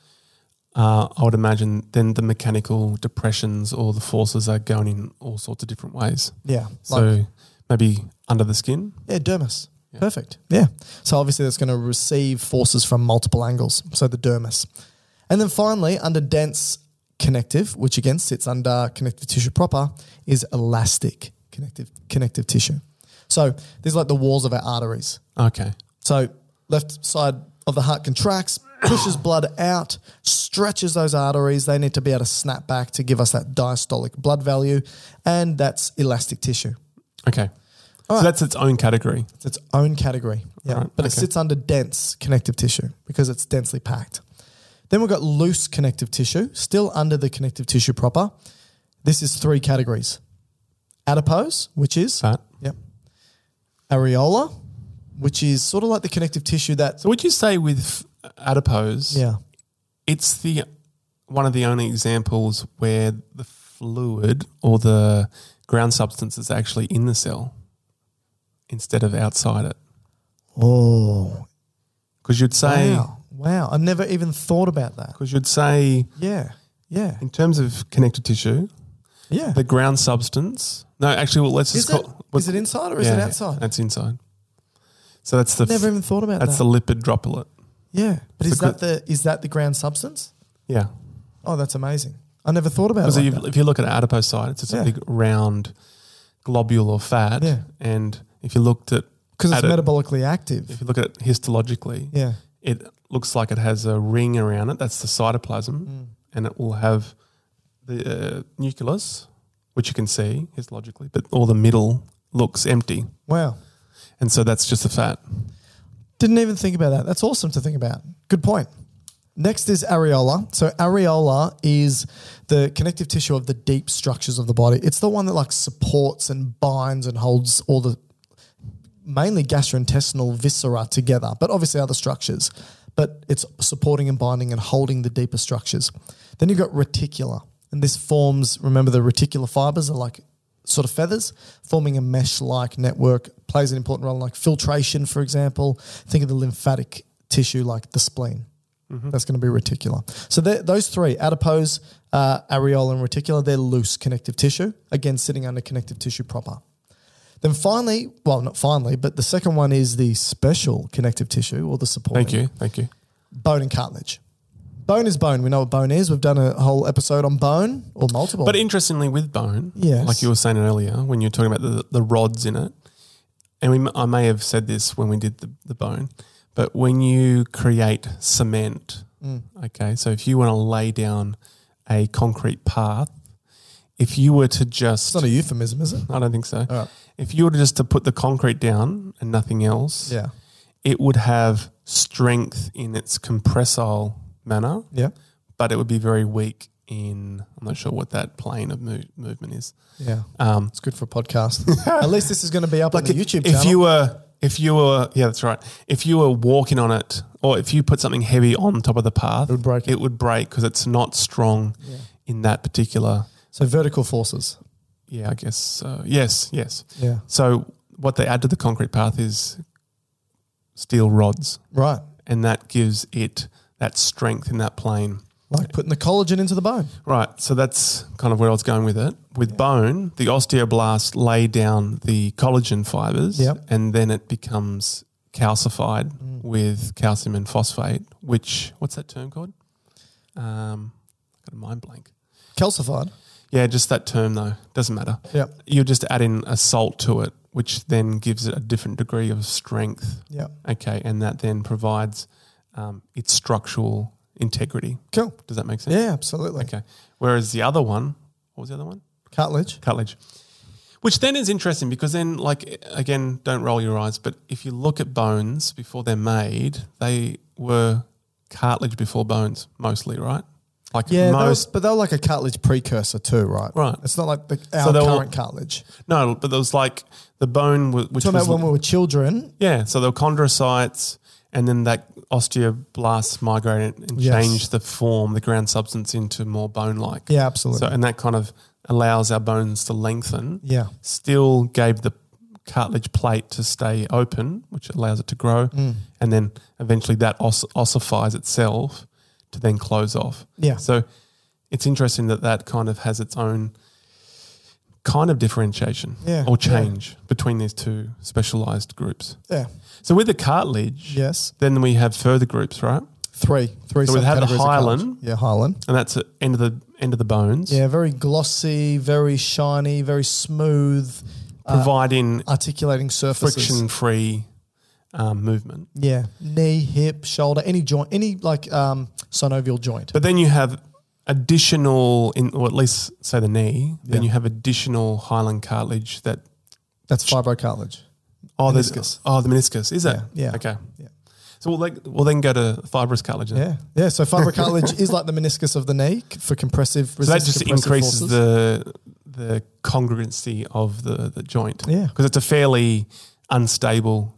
uh, I would imagine then the mechanical depressions or the forces are going in all sorts of different ways.
Yeah, like
So maybe under the skin.
yeah, dermis. Perfect. Yeah. So obviously that's going to receive forces from multiple angles. So the dermis. And then finally, under dense connective, which again sits under connective tissue proper, is elastic connective connective tissue. So these are like the walls of our arteries.
Okay.
So left side of the heart contracts, pushes blood out, stretches those arteries. They need to be able to snap back to give us that diastolic blood value, and that's elastic tissue.
Okay. so that's its own category.
It's its own category, yeah,
Alright,
but it
okay.
sits under dense connective tissue because it's densely packed. Then we've got loose connective tissue, still under the connective tissue proper. This is three categories: adipose, which is
Fat.
yep, areola, which is sort of like the connective tissue that
So would you say with adipose,
yeah.
it's the one of the only examples where the fluid or the ground substance is actually in the cell instead of outside it?
Oh,
Because you'd say,
wow. Wow. I've never even thought about that.
because you'd say,
Yeah. Yeah.
in terms of connective tissue,
Yeah.
The ground substance. No, actually, well, let's
is,
just
it,
call.
is it inside or is it outside?
That's inside. So that's the.
Never even thought about
That's
that.
the lipid droplet.
yeah. But is
the
that the is that the ground substance?
Yeah.
Oh, that's amazing. I never thought about it.
Because
like
if,
that.
if you look at adipocyte, it's just
Yeah.
a big round globule or fat.
Yeah.
And if you looked at.
'Cause it's
at it-
metabolically active.
If you look at it histologically,
Yeah.
it looks like it has a ring around it. That's the cytoplasm.
Mm.
And it will have the uh, nucleus, which you can see histologically, but all the middle looks empty.
Wow.
And so that's just the fat.
Didn't even think about that. That's awesome to think about. Good point. Next is areola. So areola is the connective tissue of the deep structures of the body. It's the one that like supports and binds and holds all the mainly gastrointestinal viscera together, but obviously other structures. But it's supporting and binding and holding the deeper structures. Then you've got reticular, and this forms, remember, the reticular fibers are like sort of feathers, forming a mesh like network, plays an important role in like filtration, for example. Think of the lymphatic tissue like the spleen. Mm-hmm. That's going to be reticular. So they're- those three, adipose, uh, areola, and reticular, they're loose connective tissue, again, sitting under connective tissue proper. Then finally, well, not finally, but the second one is the special connective tissue or the support
Thank you. Thank you.
bone and cartilage. Bone is bone. We know what bone is. We've done a whole episode on bone or multiple.
But interestingly, with bone,
Yes.
like you were saying earlier, when you were talking about the, the rods in it, and we, m- I may have said this when we did the, the bone, but when you create cement,
Mm.
okay, so if you want to lay down a concrete path, if you were to just,
it's not a euphemism, is it?
I don't think so.
right.
If you were to just to put the concrete down and nothing else,
Yeah.
it would have strength in its compressile manner,
Yeah.
but it would be very weak in, I'm not sure what that plane of mo- movement is.
Yeah.
Um,
It's good for a podcast.
<laughs>
At least this is going to be up on the YouTube
if
channel.
you were, if you were, yeah, that's right. If you were walking on it, or if you put something heavy on top of the path, it
would break it.
It would break because it's not strong in that particular.
so vertical forces.
Yeah, I guess. So. Yes, yes.
Yeah.
So what they add to the concrete path is steel rods,
Right.
and that gives it that strength in that plane.
Like putting the collagen into the bone.
Right, so that's kind of where I was going with it. With bone, the osteoblasts lay down the collagen fibers,
Yep. Mm.
and then it becomes calcified with calcium and phosphate. Which what's that term called? Um, got a mind blank.
Calcified.
Yeah, just that term though doesn't matter.
Yep.
You just add in a salt to it, which then gives it a different degree of strength.
Yep.
Okay, and that then provides um, its structural integrity.
Cool.
Does that make sense?
Yeah, absolutely.
Okay. Whereas the other one, what was the other one?
Cartilage.
Cartilage. Which then is interesting because then, like, again, don't roll your eyes, but if you look at bones before they're made, they were cartilage before bones mostly, right? Like
Yeah, they were-
most.
but they were like a cartilage precursor too, right?
Right.
It's not like the,
So
our
they were-
current cartilage.
no, but there was like the bone, wa- which
Talking
was.
about when we were children.
yeah, so there were chondrocytes, and then that osteoblasts migrated and
Yes.
changed the form, the ground substance, into more bone like.
Yeah, absolutely.
So, and that kind of allows our bones to lengthen.
yeah.
still gave the cartilage plate to stay open, which allows it to grow,
Mm.
and then eventually that os- ossifies itself to then close off.
Yeah.
So it's interesting that that kind of has its own kind of differentiation
Yeah,
or
yeah.
change between these two specialized groups.
Yeah.
So with the cartilage,
Yes.
then we have further groups, right?
Three. Three.
So we had the
subcategories of cartilage.
hyaline.
Yeah, hyaline.
And that's the end of the end of the bones,
Yeah, very glossy, very shiny, very smooth, um, Uh,
providing
articulating surfaces.
friction-free um, movement.
Yeah, knee, hip, shoulder, any joint, any like um, synovial joint.
But then you have additional, in, or at least say the knee, then
Yeah.
you have additional hyaline cartilage that.
That's fibrocartilage.
Oh, there's-
Meniscus.
Oh, the meniscus. Is it?
Yeah, yeah,
Okay.
yeah.
So we'll, like, we'll then go to fibrous cartilage. then.
Yeah, yeah. So
<laughs>
fibrocartilage is like the meniscus of the knee c- for compressive.
So that just increases
forces.
the the congruency of the, the joint.
Yeah.
Because it's a fairly unstable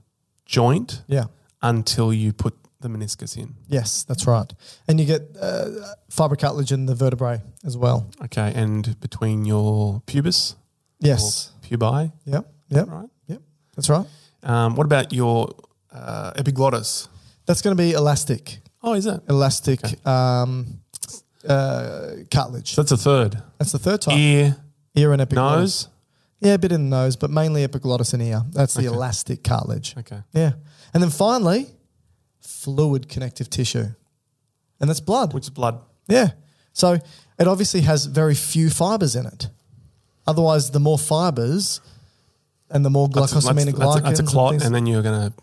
joint
Yeah.
until you put the meniscus in.
Yes, that's right. And you get uh, fibrocartilage in the vertebrae as well.
Okay. And between your pubis
Yes.
or pubi,
Yep. Yep.
right?
Yep. That's right.
Um, what about your uh, epiglottis?
That's going to be elastic,
Oh, is it?
elastic um, uh, cartilage.
So that's a third.
That's the third type.
Ear,
Ear and epiglottis.
nose.
Yeah, a bit in the nose, but mainly epiglottis and ear. That's the elastic cartilage.
Okay.
Yeah. And then finally, fluid connective tissue. And that's blood.
Which is blood.
yeah. So it obviously has very few fibers in it. Otherwise, the more fibers and the more
That's, that's,
glucosamine
that's, a, that's a clot, and, then you're going to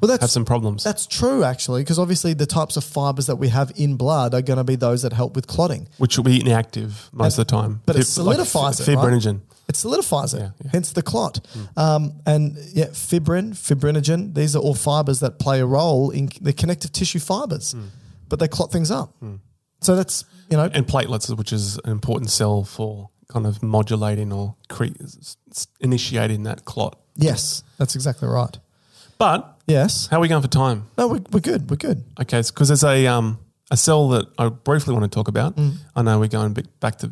well, that's,
have some problems.
that's true, actually, because obviously the types of fibers that we have in blood are going to be those that help with clotting.
which will be inactive most of the time.
but it
Fib- like
solidifies
f-
it, right?
Fibrinogen.
It solidifies it,
Yeah, yeah. Hmm.
hence the clot. Um, and yeah, fibrin, fibrinogen, these are all fibers that play a role in the connective tissue fibers, but they clot things up. So that's, you know,
Hmm. And platelets, which is an important cell for kind of modulating or cre- s- s- initiating that clot.
yes, that's exactly right.
But
Yes.
how are we going for time?
No, we're, we're good. We're good.
Okay, because there's a um, a cell that I briefly want to talk about.
Mm.
I know we're going bit- back to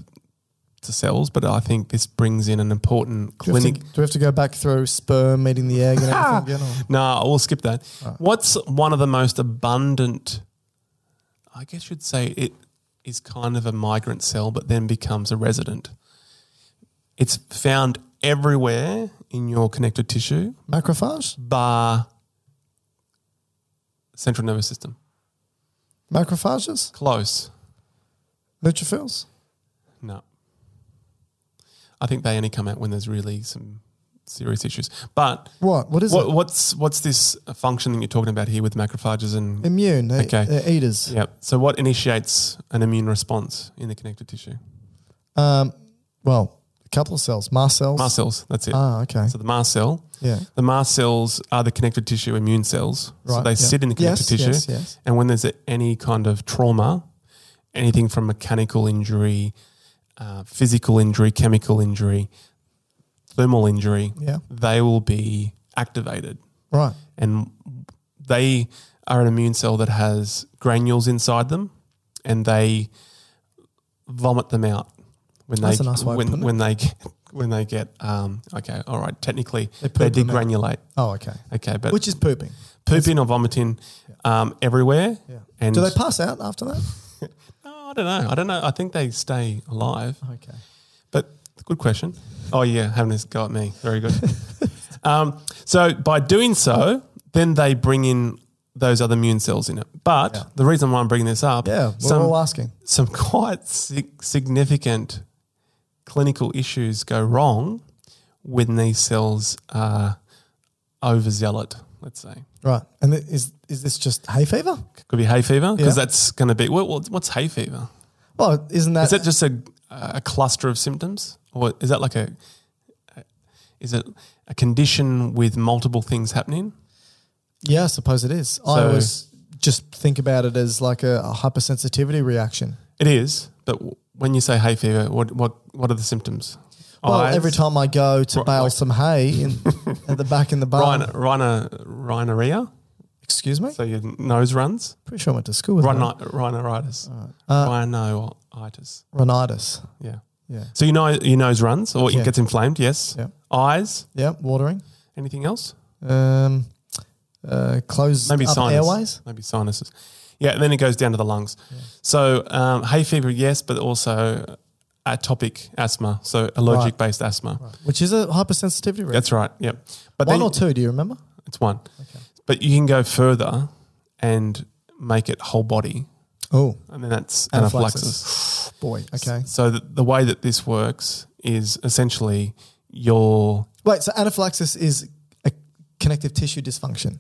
to cells, but I think this brings in an important
Do we, have to,
clinic.
do we have to go back through sperm meeting the
<laughs>
egg and everything again? or-
No, we'll skip that. What's one of the most abundant I guess you'd say it is kind of a migrant cell, but then becomes a resident. It's found everywhere in your connective tissue,
Macrophage?
bar central nervous system.
Macrophages?
Close.
Neutrophils?
No. I think they only come out when there's really some serious issues. But
What? What is
what,
it?
what's what's this function that you're talking about here with macrophages and
Immune. They,
Okay.
They're eaters.
yeah? So what initiates an immune response in the connective tissue?
Um, well, a couple of cells. Mast cells.
Mast cells. That's it.
Ah, okay.
So the mast cell.
Yeah.
The mast cells are the connective tissue immune cells. So
Right,
they
yeah.
sit in the connective
Yes,
tissue.
yes, yes.
And when there's a, any kind of trauma, anything from mechanical injury, uh, physical injury, chemical injury, thermal injury,
Yeah.
they will be activated.
Right.
And they are an immune cell that has granules inside them and they vomit them out when
That's
they
a nice way of
when,
putting it.
when they get, when they get um, okay all right technically
They
they,
poop them out.
degranulate
Oh, okay.
okay but
Which is pooping.
pooping or vomiting um, everywhere
Yeah.
and
Do they pass out after that?
Oh, I don't know I don't know I think they stay alive
Okay.
But good question. Oh yeah, having this go at me.
<laughs>
Very good. um, so by doing so, then they bring in those other immune cells in it. But the reason why I'm bringing this up,
Yeah, we're
some
all asking.
some quite sig- significant clinical issues go wrong when these cells are overzealot. Let's say
Right. And th- is is this just hay fever?
could be hay fever
Yeah.
because that's going to be what, what- what's hay fever?
Well, isn't that,
Is that just a a cluster of symptoms, or is that like a is it a condition with multiple things happening?
Yeah, I suppose it is. I
So-
always just think about it as like a, a hypersensitivity reaction.
It is, but w- when you say hay fever, what what what are the symptoms?
Well,
Eyes?
every time I go to
Right,
bale
like-
some hay in,
<laughs>
at the back in the barn,
Rhino, rhino, rhinorrhea,
excuse me,
so your nose runs,
pretty sure I went to school with
rhino, rhinoritis,
Uh,
rhinoitis,
rhinitis.
yeah.
Yeah.
So you know your nose runs or
Yeah.
it gets inflamed, yes.
Yeah.
Eyes,
Yeah, watering.
anything else?
Um, uh, close
maybe
up
sinus,
airways.
maybe sinuses. Yeah, and then it goes down to the lungs. So um, hay fever, yes, but also atopic asthma, so allergic based asthma.
Which is a hypersensitivity reaction.
That's right. Yep. But
One
then
or two, do you remember?
it's one. But you can go further and make it whole body,
Oh,
and then that's
Anaphylaxis.
anaphylaxis.
boy. Okay.
So the, the way that this works is essentially your
Wait, so anaphylaxis is a connective tissue dysfunction.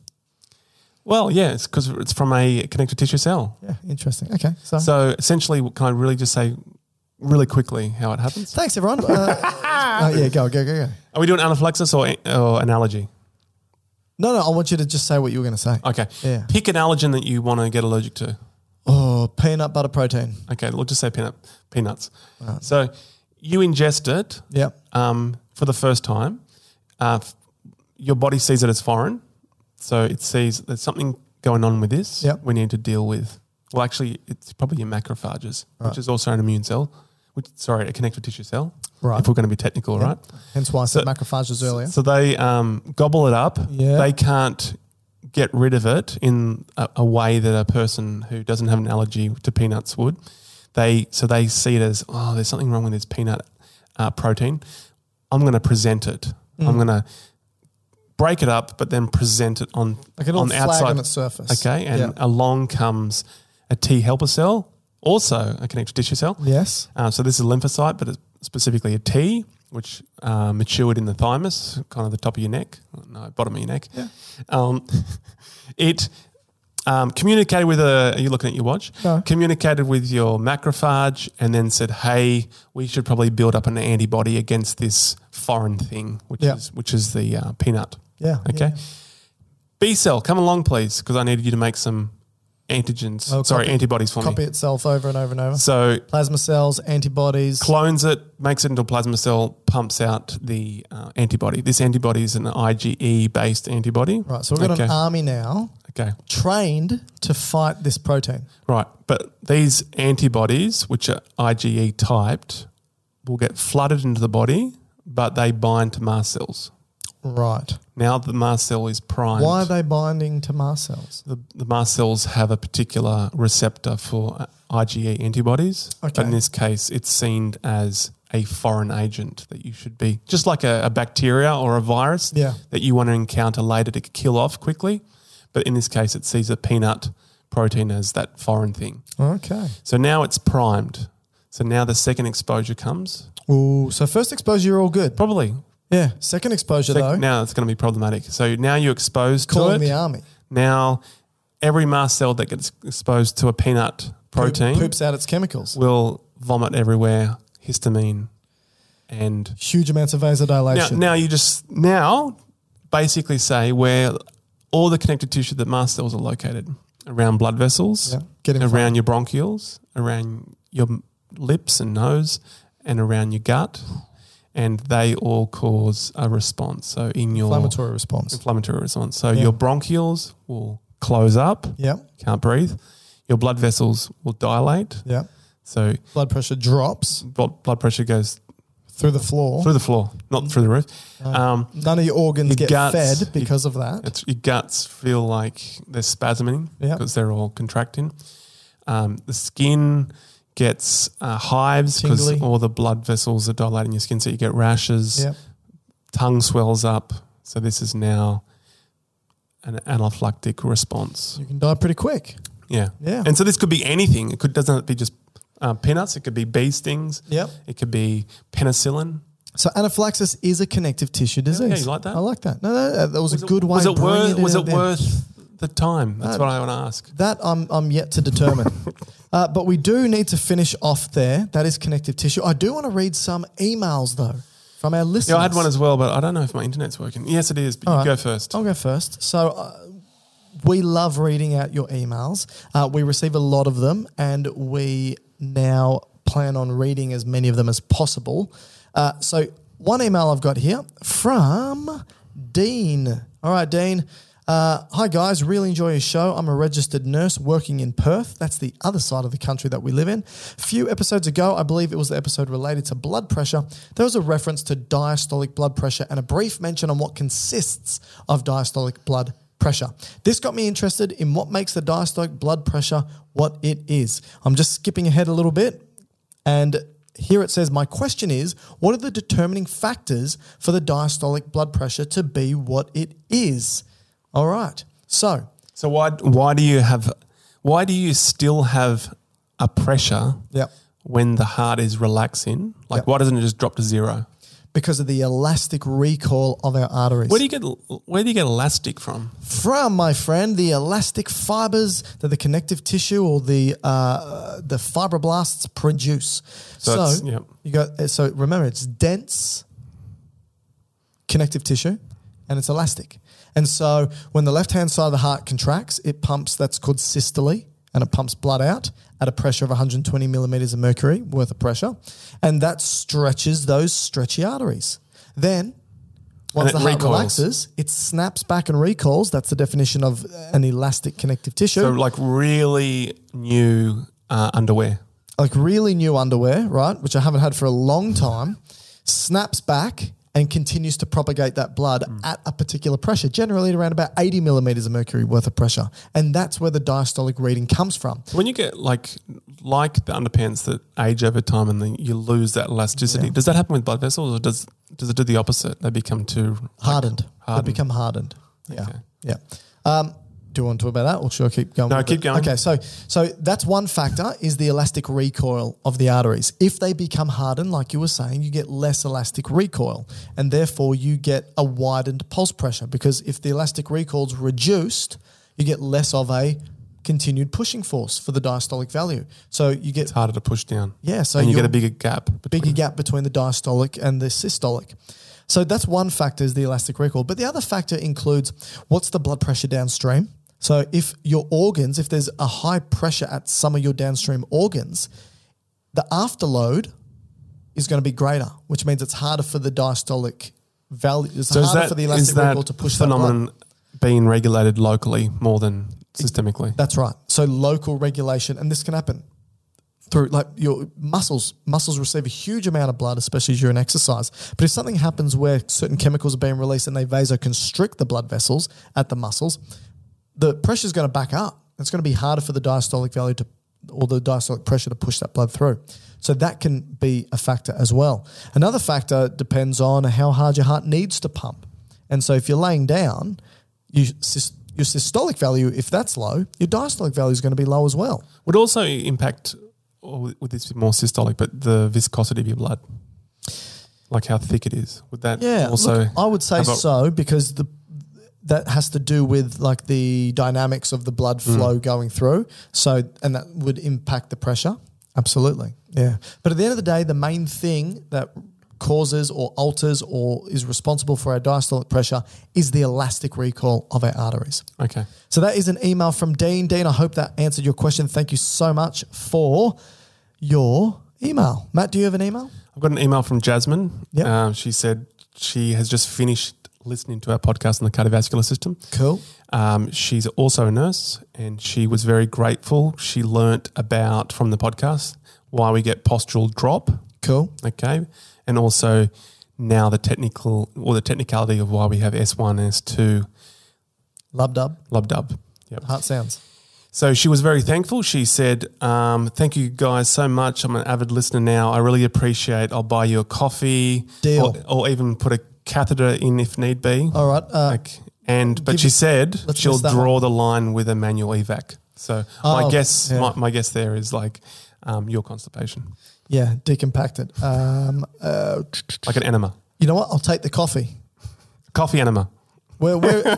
well, yeah, it's because it's from a connective tissue cell.
Yeah, interesting. Okay. So,
So essentially, can I really just say really quickly how it happens?
thanks, everyone.
<laughs>
Uh, uh, yeah, go, go, go, go.
Are we doing anaphylaxis or, or an allergy?
No, no, I want you to just say what you were going to say.
Okay.
Yeah.
Pick an allergen that you want to get allergic to.
Oh, peanut butter protein.
Okay, we'll just say peanut, peanuts. So you ingest it
Yep.
um, for the first time. Uh, f- your body sees it as foreign. So it sees there's something going on with this
Yep.
we need to deal with. Well, actually, it's probably your macrophages, which is also an immune cell, which, sorry, a connective tissue cell.
Right.
If we're going to be technical, right?
Hence why I said
So-
macrophages earlier.
So they um, gobble it up.
Yeah.
They can't get rid of it in a, a way that a person who doesn't have an allergy to peanuts would. They so they see it as oh, there's something wrong with this peanut uh, protein. I'm going to present it.
Mm.
I'm going to break it up, but then present it on
Like it'll
on the
flag
outside
on its surface.
Okay, and
Yeah.
along comes a T helper cell, also a connective tissue cell.
yes.
Uh, so this is a lymphocyte, but it's specifically a T, which uh, matured in the thymus, kind of the top of your neck, no, bottom of your neck. Um, <laughs> it um, communicated with a. Are you looking at your watch?
No.
Communicated with your macrophage, and then said, "Hey, we should probably build up an antibody against this foreign thing, which
Yeah.
is which is the uh, peanut."
Yeah.
Okay.
yeah.
B cell, come along, please, because I needed you to make some antigens.
Oh,
sorry,
copy-
antibodies for
Copy
me.
itself over and over and over.
So
Plasma cells, antibodies.
clones it, makes it into a plasma cell, pumps out the uh, antibody. This antibody is an IgE based antibody.
right. So we've got
okay.
an army now
Okay.
trained to fight this protein.
Right. But these antibodies, which are E IgE typed, will get flooded into the body, but they bind to mast cells.
Right.
Now the mast cell is primed.
Why are they binding to mast cells?
the, the mast cells have a particular receptor for uh, IgE antibodies.
Okay.
But in this case, it's seen as a foreign agent that you should be, just like a, a bacteria or a virus
Yeah.
that you want to encounter later to kill off quickly. But in this case, it sees a peanut protein as that foreign thing.
Okay.
So now it's primed. So now the second exposure comes.
Ooh, so first exposure, you're all good.
Probably.
Yeah. Second exposure,
Sec-
though,
now it's going to be problematic. So now you're exposed to it.
calling the army.
Now, every mast cell that gets exposed to a peanut
Poop-
protein
poops out its chemicals.
will vomit everywhere, histamine, and
Huge amounts of
now,
vasodilation.
now you just now basically say where all the connective tissue that mast cells are located around blood vessels,
Yeah, get in
around
front.
your bronchioles, around your m- lips and nose, and around your gut, and they all cause a response. So in your
Inflammatory response.
inflammatory response. So
Yeah.
your bronchioles will close up,
yeah.
can't breathe. Your blood vessels will dilate.
Yeah.
So
Blood pressure drops
blood blood pressure goes
through the floor.
through the floor, not through the roof. Um,
None of your organs
Your
get
guts,
fed because of that.
it's, your guts feel like they're spasming
Yeah.
because they're all contracting. Um, the skin gets uh, hives because
Tingly.
all the blood vessels are dilating your skin, so you get rashes.
Yeah.
Tongue swells up. So this is now an anaphylactic response.
You can die pretty quick.
Yeah.
Yeah.
And so this could be anything. It could doesn't have to be just uh, peanuts. It could be bee stings.
Yep.
It could be penicillin.
So anaphylaxis is a connective tissue disease.
you like that?
I like that. No, no, that- that was, a
it-
good way.
Was
of
it
bringing
worth?
in
Was
at
it
the end.
worth the time? That's what I want to ask.
That I'm, I'm yet to
<laughs>
determine. uh, but we do need to finish off there. That is connective tissue. I do want to read some emails, though, from our listeners.
Yeah, I had one as well, but I don't know if my internet's working. Yes, it is. But you go first.
I'll go first. So uh, we love reading out your emails. Uh, we receive a lot of them, and we now plan on reading as many of them as possible. Uh, so one email I've got here from Dean. All right, Dean. Uh, hi guys, really enjoy your show. I'm a registered nurse working in Perth. That's the other side of the country that we live in. A few episodes ago, I believe it was the episode related to blood pressure, there was a reference to diastolic blood pressure and a brief mention on what consists of diastolic blood pressure. This got me interested in what makes the diastolic blood pressure what it is. I'm just skipping ahead a little bit. And here it says, My question is, what are the determining factors for the diastolic blood pressure to be what it is? All right. So,
So why why do you have? Why do you still have a pressure?
Yep.
When the heart is relaxing, like
Yep.
why doesn't it just drop to zero?
because of the elastic recall of our arteries.
Where do you get where do you get elastic from?
from, my friend, the elastic fibers that the connective tissue or the uh, the fibroblasts produce.
So
So,
it's- yep.
you got uh, so remember it's dense connective tissue and it's elastic. And so when the left hand side of the heart contracts, it pumps that's called systole and it pumps blood out at a pressure of 120 millimeters of mercury worth of pressure. And that stretches those stretchy arteries. Then once
it
the heart
recoils.
relaxes, it snaps back and recalls. That's the definition of an elastic connective tissue.
So like really new uh, underwear.
like really new underwear, right? Which I haven't had for a long time, snaps back and continues to propagate that blood at a particular pressure, generally around about 80 millimeters of mercury worth of pressure. And that's where the diastolic reading comes from.
When you get like like the underpants that age over time and then you lose that elasticity, does that happen with blood vessels or does does it do the opposite? They become too
Hardened.
Hardened.
They become hardened. Yeah.
Okay.
Yeah. Um, do you want to talk about that or should I keep going?
No,
with
keep
it?
going.
Okay, so so that's one factor is the elastic recoil of the arteries. If they become hardened, like you were saying, you get less elastic recoil and therefore you get a widened pulse pressure because if the elastic recoil's reduced, you get less of a continued pushing force for the diastolic value. So you get
harder to push down.
Yeah, so
and you get
you'll-
a bigger gap.
bigger
between-
gap between the diastolic and the systolic. So that's one factor is the elastic recall. But the other factor includes what's the blood pressure downstream. So if your organs, if there's a high pressure at some of your downstream organs, the afterload is going to be greater, which means it's harder for the diastolic value. It's
So is
harder
that,
for the
is
elastic
that
recall to push that blood.
phenomenon being regulated locally more than systemically?
That's right. So local regulation, and this can happen through like your muscles muscles receive a huge amount of blood especially during exercise but if something happens where certain chemicals are being released and they vasoconstrict the blood vessels at the muscles the pressure is going to back up it's going to be harder for the diastolic value to or the diastolic pressure to push that blood through so that can be a factor as well another factor depends on how hard your heart needs to pump and so if you're laying down you, sys- your systolic value if that's low your diastolic value is going to be low as well
Would also impact, or would this be more systolic, but the viscosity of your blood? Like how thick it is. Would that
Yeah,
also.
look, I would say
have a-
so because the that has to do with like the dynamics of the blood flow going through. So and that would impact the pressure. Absolutely. Yeah. But at the end of the day, the main thing that causes or alters or is responsible for our diastolic pressure is the elastic recall of our arteries.
Okay.
So that is an email from Dean. Dean, I hope that answered your question. Thank you so much for your email. Matt, do you have an email?
I've got an email from Jasmine.
Yep.
Um, she said she has just finished listening to our podcast on the cardiovascular system.
Cool.
Um, she's also a nurse and she was very grateful. She learnt about from the podcast why we get postural drop.
Cool.
Okay. And also now the technical or the technicality of why we have S1 and S2
Lub dub.
lub dub. Yep.
Heart sounds.
So she was very thankful. She said, um, Thank you guys so much. I'm an avid listener now. I really appreciate I'll buy you a coffee
Deal.
Or, or even put a catheter in if need be.
All right. Uh,
Like, and but
give
she
it-
said
let's
she'll
miss that
draw the line with a manual evac. So my
Oh,
guess,
yeah.
my, my guess there is like um, your constipation,
Yeah, decompacted. Um, uh,
like an enema,
you know what? I'll take the coffee.
coffee enema.
Where where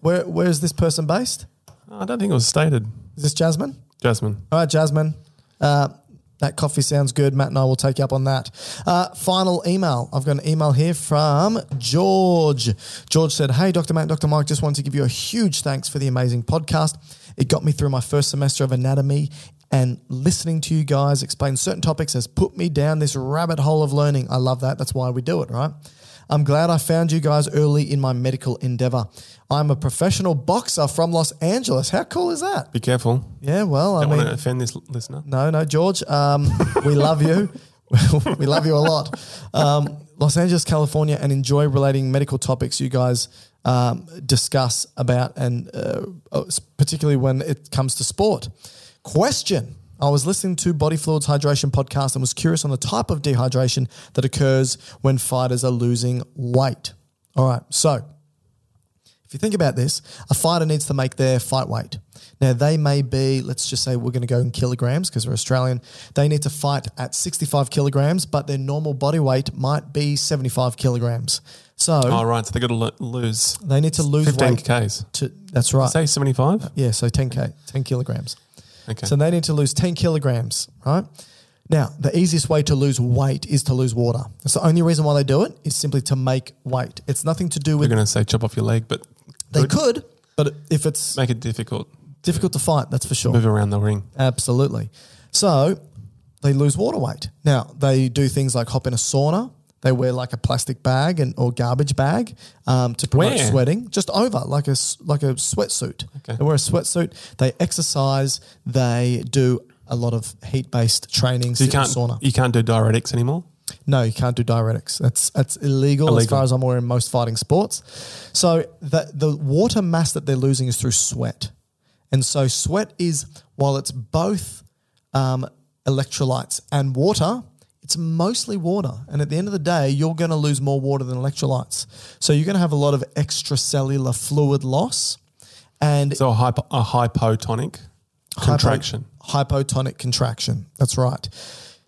where where is this person based?
I don't think it was stated,
Is this Jasmine?
Jasmine.
All right, Jasmine. Uh, that coffee sounds good. Matt and I will take you up on that. Uh, final email. I've got an email here from George. George said, Hey, Dr. Matt, Dr. Mike, just wanted to give you a huge thanks for the amazing podcast. It got me through my first semester of anatomy, and listening to you guys explain certain topics has put me down this rabbit hole of learning. I love that. That's why we do it, right? I'm glad I found you guys early in my medical endeavor. I'm a professional boxer from Los Angeles. How cool is that?
Be careful.
Yeah, well, I
Don't
mean, Mm-hmm.
want to offend this l- listener.
no, no, George. Um, we love you. <laughs> we love you a lot. Um, Los Angeles, California, and enjoy relating medical topics you guys um, discuss about, and uh, uh, particularly when it comes to sport. Question. I was listening to Body Fluids Hydration podcast and was curious on the type of dehydration that occurs when fighters are losing weight. All right, so if you think about this, a fighter needs to make their fight weight. Now, they may be, let's just say we're going to go in kilograms because we're Australian. They need to fight at 65 kilograms, but their normal body weight might be 75 kilograms. So
All Oh, right, so they got to lo- lose
they need to lose
fifteen
weight.
k's.
To, that's right.
Say seventy-five.
Yeah, so 10K, 10 kilograms.
Okay.
So they need to lose 10 kilograms, right? Now, the easiest way to lose weight is to lose water. That's the only reason why they do it is simply to make weight. It's nothing to do
We're
with,
going to say chop off your leg, but
they could, but if it's
make it difficult.
difficult to fight, that's for sure.
Move around the ring.
Absolutely. So they lose water weight. Now they do things like hop in a sauna. They wear like a plastic bag and or garbage bag um, to promote
Where?
sweating. Just over like a s- like a sweatsuit.
Okay.
They wear a sweatsuit. They exercise. They do a lot of heat based training.
So you
sit in
can't
sauna.
you can't do diuretics anymore.
No, you can't do diuretics. That's that's illegal, as
Illegal.
far as I'm aware in most fighting sports. So the the water mass that they're losing is through sweat, and so sweat is while it's both um, electrolytes and water, it's mostly water. And at the end of the day, you're going to lose more water than electrolytes. So you're going to have a lot of extracellular fluid loss, and
So a, hypo, a hypotonic contraction.
Hypo- hypotonic contraction. That's right.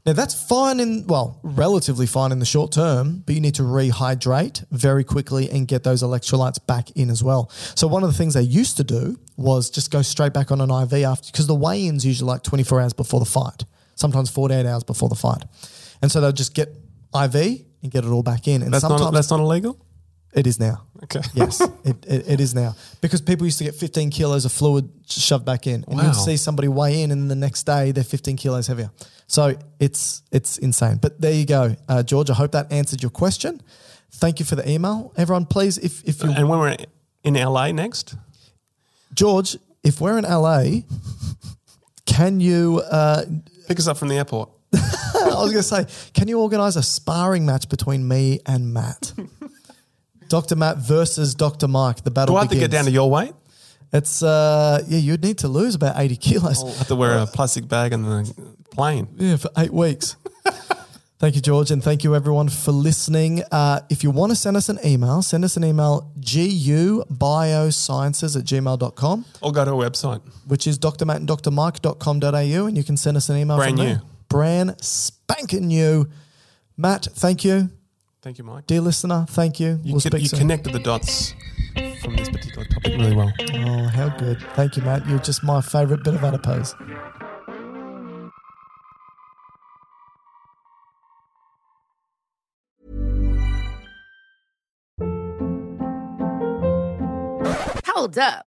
Now that's fine in well, relatively fine in the short term, but you need to rehydrate very quickly and get those electrolytes back in as well. So one of the things they used to do was just go straight back on an IV after because the weigh-ins usually like 24 hours before the fight, sometimes 48 hours before the fight. And so they'll just get IV and get it all back in. And
That's
sometimes
not that's not illegal.
it is now.
Okay.
<laughs> Yes, it, it, it is now because people used to get 15 kilos of fluid shoved back in, and
Wow.
you'd see somebody weigh in, and the next day they're 15 kilos heavier. So it's it's insane. But there you go, uh, George. I hope that answered your question. Thank you for the email, everyone. Please, if if you
And when we're in LA next,
George, if we're in LA, can you uh, <laughs>
Pick us up from the airport.
I was going to say, can you organise a sparring match between me and
<laughs>
Matt? Dr. Matt versus Dr. Mike. The battle
Do I have to get
begins.
down to your weight?
It's uh, yeah, you'd need to lose about eighty kilos.
I have to wear a plastic bag on the plane.
Yeah, for eight
<laughs>
weeks. thank you, George, and thank you everyone for listening. Uh, if you want to send us an email, send us an email gubiosciences at gmail.com,
Or go to a website.
which is Dr. Matt and Dr. Mike.com.au, and you can send us an email
Brand
from
new.
there. Brand spanking new. Matt, thank you.
Thank you, Mike.
Dear listener, thank you.
You,
we'll
con-
speak
you
soon.
connected the dots from this particular topic really well.
oh, how good. Thank you, Matt. You're just my favorite bit of adipose.
Hold up.